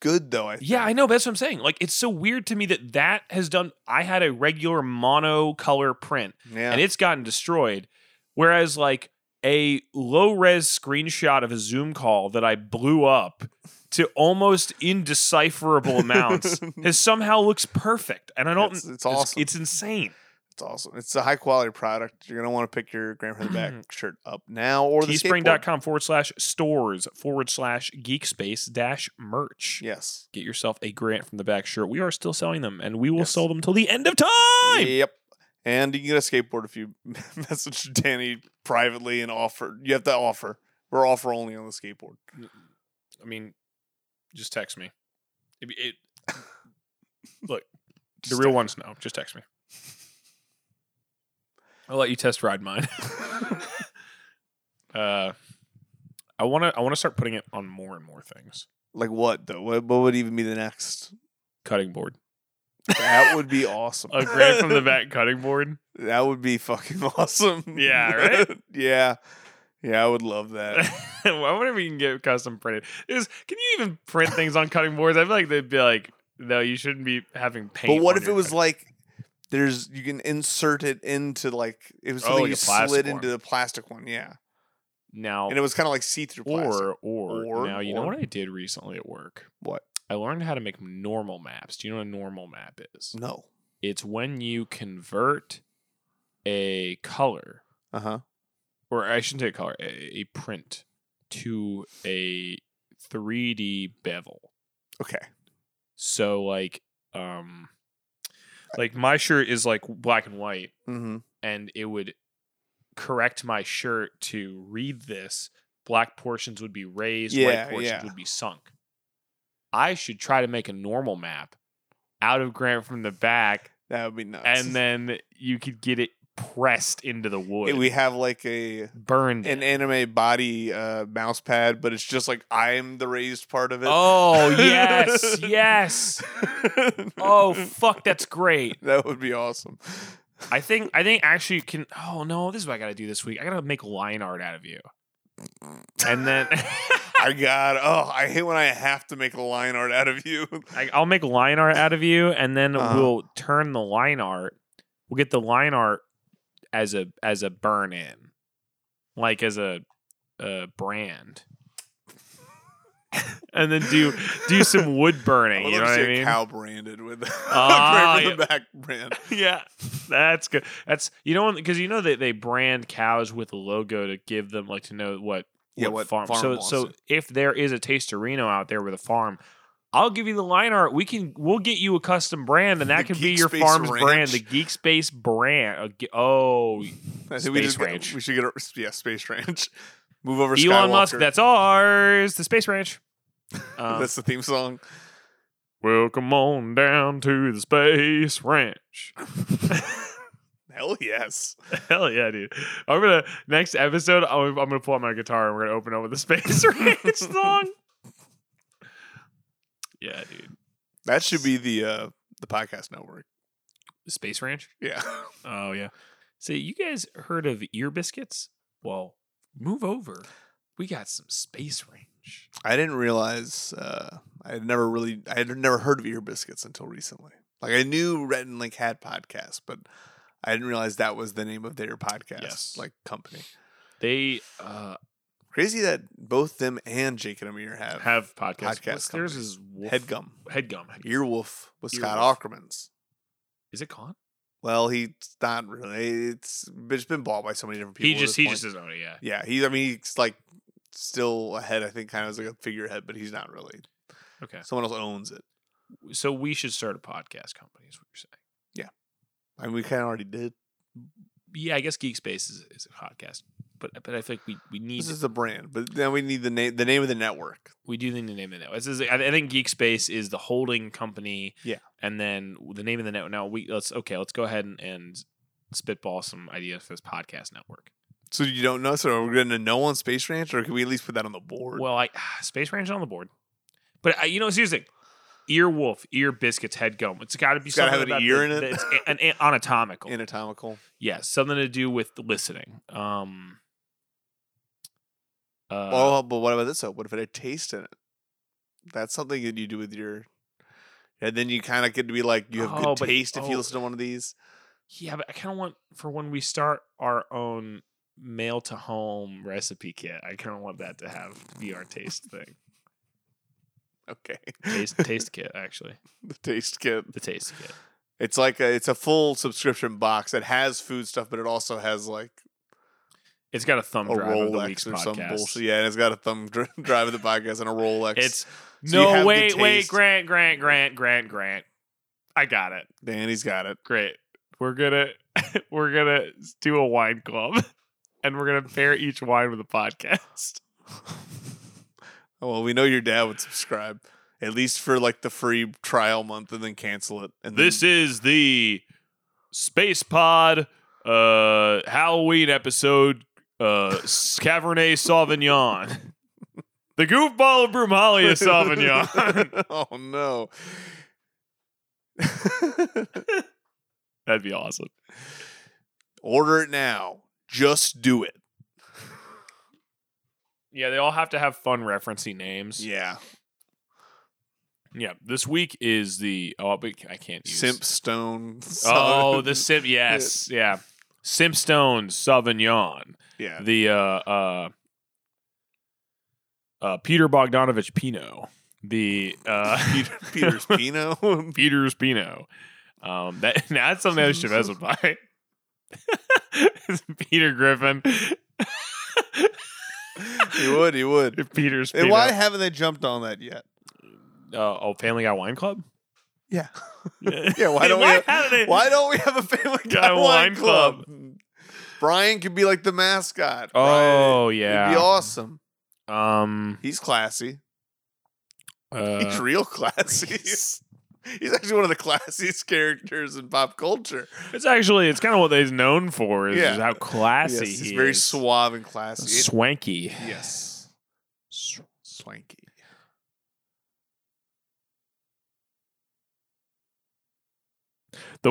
A: good though. I think.
B: Yeah, I know. But that's what I'm saying. Like it's so weird to me that that has done. I had a regular mono color print
A: yeah.
B: and it's gotten destroyed. Whereas like a low res screenshot of a Zoom call that I blew up to almost
A: <laughs>
B: indecipherable amounts has somehow looks perfect, and I don't.
A: It's- it's awesome.
B: It's, insane.
A: It's awesome. It's a high quality product. You're gonna want to pick your Grant for the
B: Mm-hmm.
A: back shirt up now or the skateboard.
B: Teespring.com forward slash stores forward slash geekspace dash merch.
A: Yes.
B: Get yourself a grant from the back shirt. We are still selling them, and we will
A: Yes.
B: sell them till the end of time.
A: Yep. And you can get a skateboard if you <laughs> message Danny privately and offer. You have to offer. We're offer only on the skateboard.
B: I mean, just text me. It, it, <laughs> look, the
A: Just
B: real ones know. Just text me. <laughs> I'll let you test ride mine. <laughs> uh, I want to. I want to start putting it on more and more things.
A: Like what though? What, what would even be the next?
B: Cutting board.
A: That would
B: <laughs>
A: be awesome.
B: A grant <laughs> from the
A: <laughs>
B: back cutting board.
A: That would be fucking <laughs> awesome.
B: Yeah, right?
A: <laughs> yeah. Yeah, I would love
B: <laughs>
A: that.
B: I wonder if we can get custom printed. It was, can you even print things on cutting boards? I feel like they'd be like, no, you shouldn't be having paint.
A: But what
B: on
A: if it
B: your
A: was
B: cutting-
A: like there's you can insert it into like it was
B: Oh,
A: something
B: like
A: you
B: a plastic
A: slid
B: one.
A: into the plastic one, yeah.
B: now
A: And it was kind of like see through plastic.
B: or, or
A: Or-
B: now you know
A: or-
B: what I did recently at work?
A: What?
B: I learned how to make normal maps. Do you know what a normal map is?
A: No.
B: It's when you convert a color,
A: Uh huh.
B: or I shouldn't say a color, a, a print to a 3D bevel.
A: Okay.
B: So like um like my shirt is like black and white
A: Mm-hmm.
B: and it would correct my shirt to read this black portions would be raised
A: Yeah,
B: white portions
A: yeah.
B: would be sunk i should try to make a normal map out of grant from the back
A: That would be nuts.
B: and then you could get it pressed into the wood
A: we have like a
B: burned
A: an
B: it.
A: anime body uh, mouse pad, but it's just like I'm the raised part of it. <laughs>
B: oh yes yes oh fuck that's great
A: that would be awesome.
B: I think I think actually you can. Oh no, this is what I gotta do this week. I gotta make line art out of you,
A: <laughs>
B: and then
A: I got. Oh, I hate when I have to make a line art out of you.
B: I, I'll make line art out of you, and then
A: Uh-huh.
B: we'll turn the line art. We'll get the line art as a as a burn in, like as a a
A: <laughs>
B: brand, and then <laughs> do do some wood
A: I
B: burning.
A: would
B: You know
A: love to
B: what
A: see
B: I
A: a
B: mean?
A: cow branded with <laughs>
B: Ah,
A: brand from
B: yeah.
A: the back brand.
B: <laughs> yeah, that's good. That's you know because you know that they brand cows with a logo to give them like to know what
A: Yeah, what farm?
B: so
A: wants
B: so
A: it.
B: if there is a Tasterino out there with a farm, I'll give you the line art. We can we'll get you a custom brand, and
A: The
B: that can be
A: Geek
B: your
A: Space
B: farm's
A: Ranch.
B: brand, the Geek Space brand. Uh, ge- Oh,
A: I think we
B: Space
A: just get-
B: Ranch.
A: we should get a, yeah, space ranch. Move over.
B: Elon
A: Skywalker.
B: Musk, that's ours. The Space
A: <laughs>
B: Ranch. Um,
A: that's the theme
B: <laughs>
A: song.
B: Welcome on down to the Space
A: <laughs>
B: Ranch.
A: Hell yes.
B: Hell yeah, dude! I'm gonna next episode. I'm, I'm gonna pull out my guitar and we're gonna open up with
A: <laughs>
B: the Space Ranch song. Yeah, dude.
A: That should be the uh, the podcast network.
B: Space Ranch.
A: Yeah.
B: Oh yeah. See, you guys heard of ear biscuits? Well, move over. We got some space range.
A: I didn't realize uh, I had never really I had never heard of ear biscuits until recently. Like I knew Red and Link had podcasts, but I didn't realize that was the name of their podcast
B: Yes.
A: like company.
B: They uh,
A: Crazy that both them and Jake and Amir have,
B: have podcasts.
A: Podcast
B: What's theirs
A: company.
B: is Wolf-
A: Headgum,
B: Headgum. Headgum.
A: Earwolf with Scott
B: Earwolf.
A: Ackerman's.
B: Is it gone?
A: Well, he's not really. It's it's been bought by so many different people.
B: He
A: at
B: just
A: this
B: he
A: point.
B: just doesn't own it. <laughs> Yeah.
A: yeah. He's I mean he's like still ahead. I think kind of as like a figurehead, but he's not really.
B: Okay.
A: Someone else owns it.
B: So we should start a podcast company. Is what you're saying?
A: I mean, we kind of already did.
B: Yeah, I guess Geek Space is, is a podcast, but but I think we we need
A: This is the brand, but then we need the name the name of the network.
B: we do need to name it now. This is, I I think Geek Space is the holding company.
A: Yeah.
B: And then the name of the network. Now we let's okay. Let's go ahead and, and spitball some ideas for this podcast network.
A: So you don't know, so we're going to know on Space Ranch, or can we at least put that on the board?
B: Well, I <sighs> Space Ranch on the board, but I, you know, seriously, ear wolf, ear biscuits, head gum. It's got to be
A: It's gotta
B: something
A: have an
B: about
A: ear
B: the-
A: in it.
B: the- It's
A: <laughs>
B: a- an, a- anatomical.
A: Anatomical.
B: yes, something to do with listening. Um. Uh,
A: oh, but what about this? Though? What if it had taste in it? That's something that you do with your, and then you kind of get to be like you have
B: Oh,
A: good
B: but-
A: taste if you
B: oh.
A: listen to one of these.
B: Yeah, but I kind of want for when we start our own mail to home recipe kit. I kind of want that to have be our taste thing,
A: Okay,
B: taste <laughs> taste kit actually,
A: <laughs> the taste kit.
B: the taste kit.
A: It's like a, it's a full subscription box that has food stuff, but it also has like
B: It's got a thumb
A: a
B: drive of the week's
A: Rolex or some
B: podcast.
A: bullshit. Yeah, and it's got a thumb dri- drive of the podcast and a Rolex.
B: <laughs> It's
A: So you have
B: no
A: the
B: wait wait
A: taste.
B: Grant Grant Grant Grant Grant. I got it.
A: Danny's got it.
B: Great. We're gonna <laughs> we're gonna do a wine club, <laughs> and we're gonna pair each wine with a podcast.
A: Oh, <laughs> well, we know your dad would subscribe at least for like the free trial month and then cancel it. And
B: This is the Space Pod uh, Halloween episode, uh, Cabernet <laughs> Sauvignon. <laughs>
A: <laughs>
B: The goofball of Brumalia Sauvignon.
A: oh no.
B: <laughs> That'd be awesome.
A: Order it now. Just do it.
B: Yeah, they all have to have fun referencing names.
A: Yeah.
B: Yeah, This week is the oh, but I can't use
A: Simp Stone.
B: Oh,
A: Southern-
B: the Simp. Yes, <laughs> yeah. Simpstone Sauvignon.
A: <laughs> yeah. <laughs>
B: <laughs> The uh, uh, uh, Peter Bogdanovich Pinot. The <laughs> uh,
A: Peter, Peter's Pino.
B: Peter's Pinot. Um, that <laughs> that's something that Chavez would buy. It's <laughs> Peter Griffin.
A: <laughs> he would. He would.
B: Peter's
A: And
B: Pinot.
A: why haven't they jumped on that yet?
B: Uh, oh, Family Guy Wine Club. <laughs>
A: Yeah.
B: Yeah.
A: Yeah. Why don't we? Have,
B: haven't they-
A: why don't we have a Family
B: Guy
A: Guy,
B: Wine
A: Wine Club? Brian could be like the mascot. Brian.
B: Oh
A: It'd be
B: yeah.
A: awesome. <laughs>
B: Um.
A: He's classy. He's
B: uh, <laughs>
A: real classy. <laughs> He's actually one of the classiest <laughs> characters in pop culture.
B: It's actually it's kind of what they're known for is,
A: Yeah.
B: is how classy
A: Yes, he's
B: he
A: very
B: is.
A: suave and classy.
B: swanky.
A: It- yes,
B: <laughs>
A: swanky.
B: The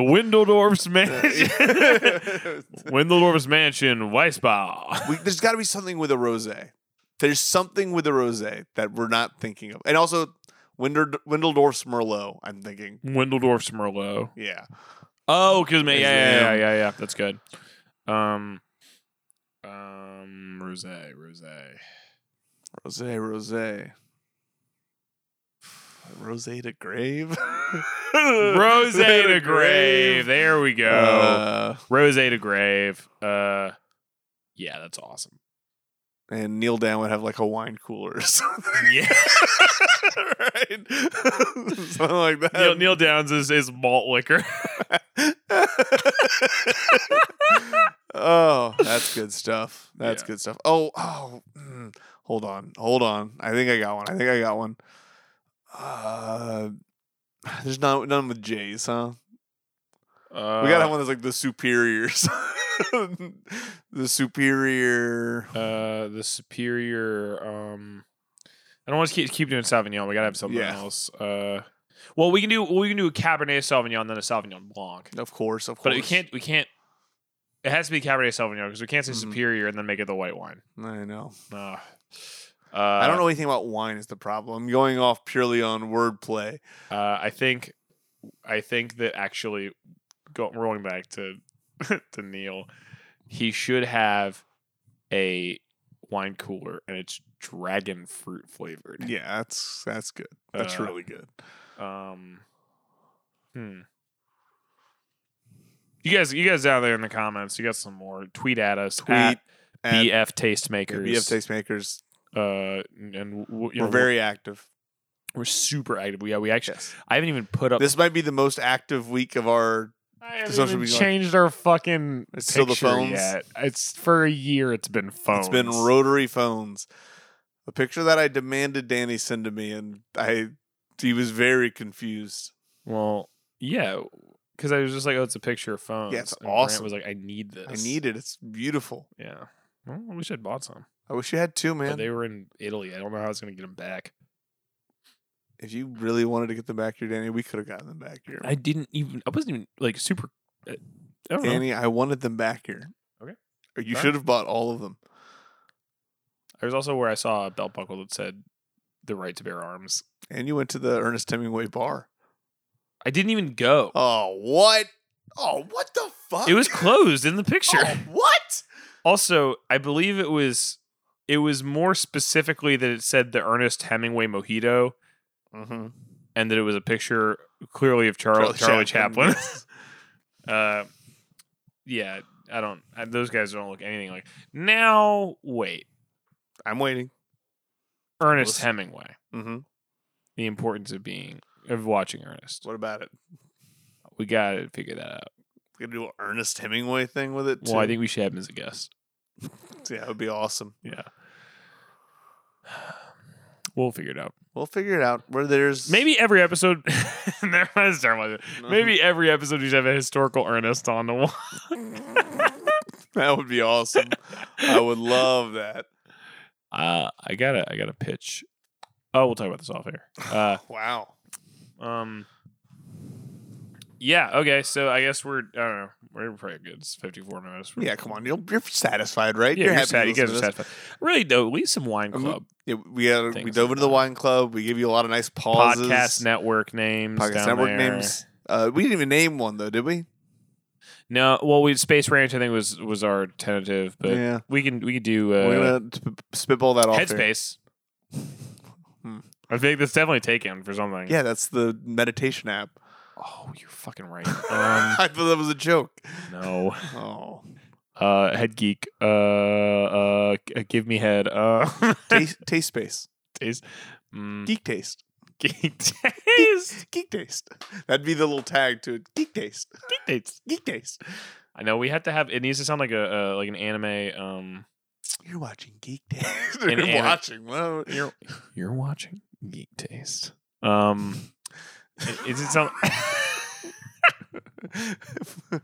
A: <laughs>
B: Windeldorf's
A: Uh,
B: mansion.
A: we,
B: <laughs> Windeldorf's mansion, Weisbach.
A: there's got to be something with a rosé. There's something with a rosé that we're not thinking of, and also Winder, Windeldorf's Merlot. I'm thinking,
B: Windeldorf's Merlot.
A: yeah,
B: Oh, because yeah,
A: There's
B: yeah, yeah,
A: him.
B: yeah, yeah. That's good. Um, um, rosé, <laughs> rosé.
A: rosé, rosé, rosé to grave, <laughs>
B: Rosé to grave. There we go.
A: Uh,
B: rosé to grave. Uh, yeah, that's <laughs> awesome.
A: and kneel down would have like a wine cooler or <laughs> something.
B: Yeah.
A: right? <laughs> Something like that.
B: Neil, Neil Downs is, is malt <laughs> liquor.
A: <laughs> oh, that's good stuff. That's
B: Yeah.
A: good stuff. Oh, oh, mm, hold on, hold on. I think I got one. I think I got one. Uh, there's not none with J's, huh?
B: Uh,
A: we gotta have one that's like the superiors. <laughs> the superior.
B: Uh, the superior. Um, I don't want to keep keep doing Sauvignon. We gotta have something
A: Yeah.
B: else. Uh, well, we can do we can do a Cabernet Sauvignon then a Sauvignon Blanc,
A: Of course, of course.
B: but we can't we can't. It has to be Cabernet Sauvignon because we can't say
A: Mhm.
B: superior and then make it the white wine.
A: I know.
B: Ugh. Uh,
A: I don't know anything about wine. Is the problem? I'm going off purely on wordplay.
B: Uh, I think, I think that actually, go, rolling back to <laughs> to Neil, he should have a wine cooler, and it's dragon fruit flavored.
A: Yeah, that's that's good. That's
B: Uh,
A: really good.
B: Um, hmm. You guys, you guys out there in the comments, you got some more. Tweet at us.
A: Tweet
B: at
A: at-
B: BF Tastemakers.
A: BF Tastemakers.
B: Uh, and w- you
A: We're
B: know,
A: very active.
B: we're super active. Yeah, we actually.
A: Yes.
B: I haven't even put up.
A: This might be the most active week of our.
B: I haven't
A: social
B: even
A: media, like-
B: changed our fucking
A: It's
B: picture
A: still the phones?
B: yet. It's for a year. It's been phones.
A: It's been rotary phones. A picture that I demanded Danny send to me, and I he was very confused.
B: well, yeah, because I was just like, oh, it's a picture of phones.
A: Yeah, it's
B: And Grant
A: awesome.
B: was like, I need this.
A: I need it. It's beautiful.
B: Yeah. Well, I wish I'd bought some,
A: I wish you had two,
B: but
A: man.
B: they were in Italy. I don't know how I was gonna get them back.
A: if you really wanted to get them back here, Danny, we could have gotten them back here.
B: I didn't even. I wasn't even like super. uh, I don't know.
A: Danny, I wanted them back here.
B: Okay.
A: Or You
B: Fine.
A: should have bought all of them.
B: I was also where I saw a belt buckle that said the right to bear arms.
A: And you went to the Ernest Hemingway bar.
B: I didn't even go.
A: Oh, what? Oh, what the fuck?
B: It was closed in the picture.
A: <laughs> Oh, what?
B: Also, I believe it was it was more specifically that it said the Ernest Hemingway mojito
A: Mm-hmm.
B: and that it was a picture clearly of Charles Charlie, Chaplin. <laughs> uh, yeah, I don't. I, those guys don't look anything like. Now wait,
A: <laughs> I'm waiting.
B: Ernest
A: Listen.
B: Hemingway.
A: Mm-hmm.
B: The importance of being of watching Ernest.
A: What about it?
B: We gotta figure that out.
A: We could do an Ernest Hemingway thing with it. Too.
B: Well, I think we should have him as a guest.
A: yeah, it would be awesome.
B: Yeah. <sighs> We'll figure it out.
A: We'll figure it out. Where there's <laughs>
B: Maybe every episode. <laughs> Never mind, it's terrible. Maybe every episode you should have a historical Ernest on the wall.
A: that would be awesome. I would love that.
B: <laughs> Uh, I gotta, I gotta pitch. <sighs> Uh, Oh, we'll talk about this off air. Uh,
A: Wow.
B: um, Yeah. Okay. So I guess we're I don't know. We're pretty good. It's fifty four minutes. We're-
A: Yeah, come on. You're, you're satisfied, right?
B: Yeah, you're,
A: happy
B: sad.
A: to
B: You guys are
A: listen to this.
B: satisfied. Really, though, leave some wine
A: Um,
B: club
A: Yeah, we uh, we
B: Things
A: dove
B: like
A: into the
B: that.
A: wine club. We give you a lot of nice pauses.
B: podcast network names.
A: podcast
B: down
A: network
B: there.
A: names. Uh, we didn't even name one though, did we?
B: No, well, we Space Ranch. I think was was our tentative, but
A: yeah,
B: we can we can do
A: we're
B: uh,
A: gonna sp- spitball that off. here.
B: Headspace.
A: Hmm.
B: I think that's definitely taken for something.
A: Yeah, that's the meditation app.
B: Oh, you're fucking right. Um,
A: <laughs> I thought that was a joke.
B: no. <laughs>
A: Oh,
B: Uh, head geek. Uh, uh, g- give me head. Uh, <laughs>
A: taste, taste space,
B: taste. Mm,
A: geek taste,
B: <laughs> geek taste.
A: geek taste. That'd be the little tag to it. Geek taste,
B: Geek taste.
A: geek taste.
B: I know we have to have. It needs to sound like a uh, like an anime. Um,
A: You're watching geek taste. <laughs>
B: An
A: You're
B: anime.
A: watching. Well,
B: <laughs> you're you're watching geek taste. Um, <laughs> i- is it sound?
A: <laughs>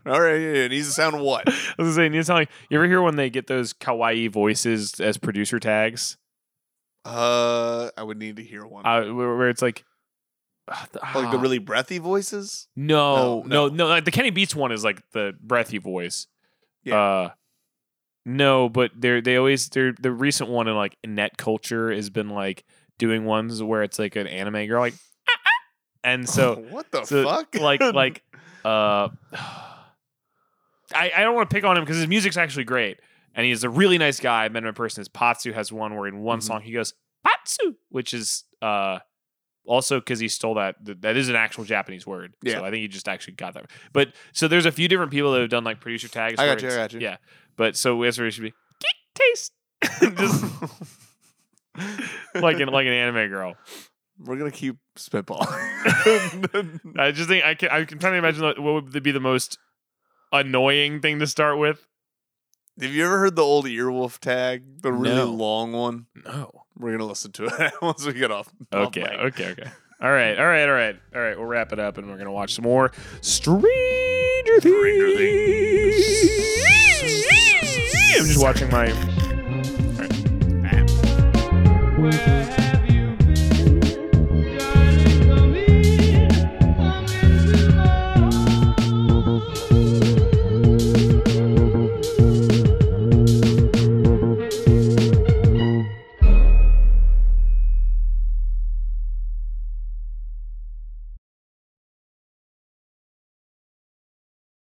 A: All right, yeah, yeah. it needs to sound what?
B: I was saying, it's like you ever hear when they get those kawaii voices as producer tags,
A: Uh, I would need to hear one. Oh,
B: uh, where, where it's like, <sighs> ah,
A: like the
B: ah,
A: really breathy voices.
B: no,
A: No,
B: no, no,
A: no.
B: Like the Kenny Beats one is like the breathy voice.
A: Yeah.
B: Uh, no, but they're they always they're the recent one in like net culture has been like doing ones where it's like an anime girl like, "Ah, ah." and <laughs> so
A: <laughs> what the
B: so,
A: fuck? <laughs>
B: like like uh I, I don't want to pick on him because his music's actually great and he's a really nice guy. I met him in person. His Patsu has one where in one
A: Mhm.
B: song he goes Patsu, which is uh also because he stole that, th- that is an actual Japanese word.
A: Yeah.
B: So I think he just actually got that. But so there's a few different people that have done like producer tags.
A: I
B: where
A: got you, I
B: it's-
A: got you.
B: Yeah, but so that's where it should be geek taste, just like an like an anime girl.
A: we're gonna keep
B: <laughs>
A: spitballing.
B: I just think I can. I'm trying to imagine like, what would be the most annoying thing to start with.
A: Have you ever heard the old earwolf tag, the really
B: No.
A: long one?
B: No.
A: We're gonna listen to it <laughs> once we get off. off
B: Okay.
A: mic.
B: Okay. Okay. All right. All right. All right. All right. We'll wrap it up, and we're gonna watch some more Stranger
A: Stranger
B: Things. I'm just watching my. All right. Ah.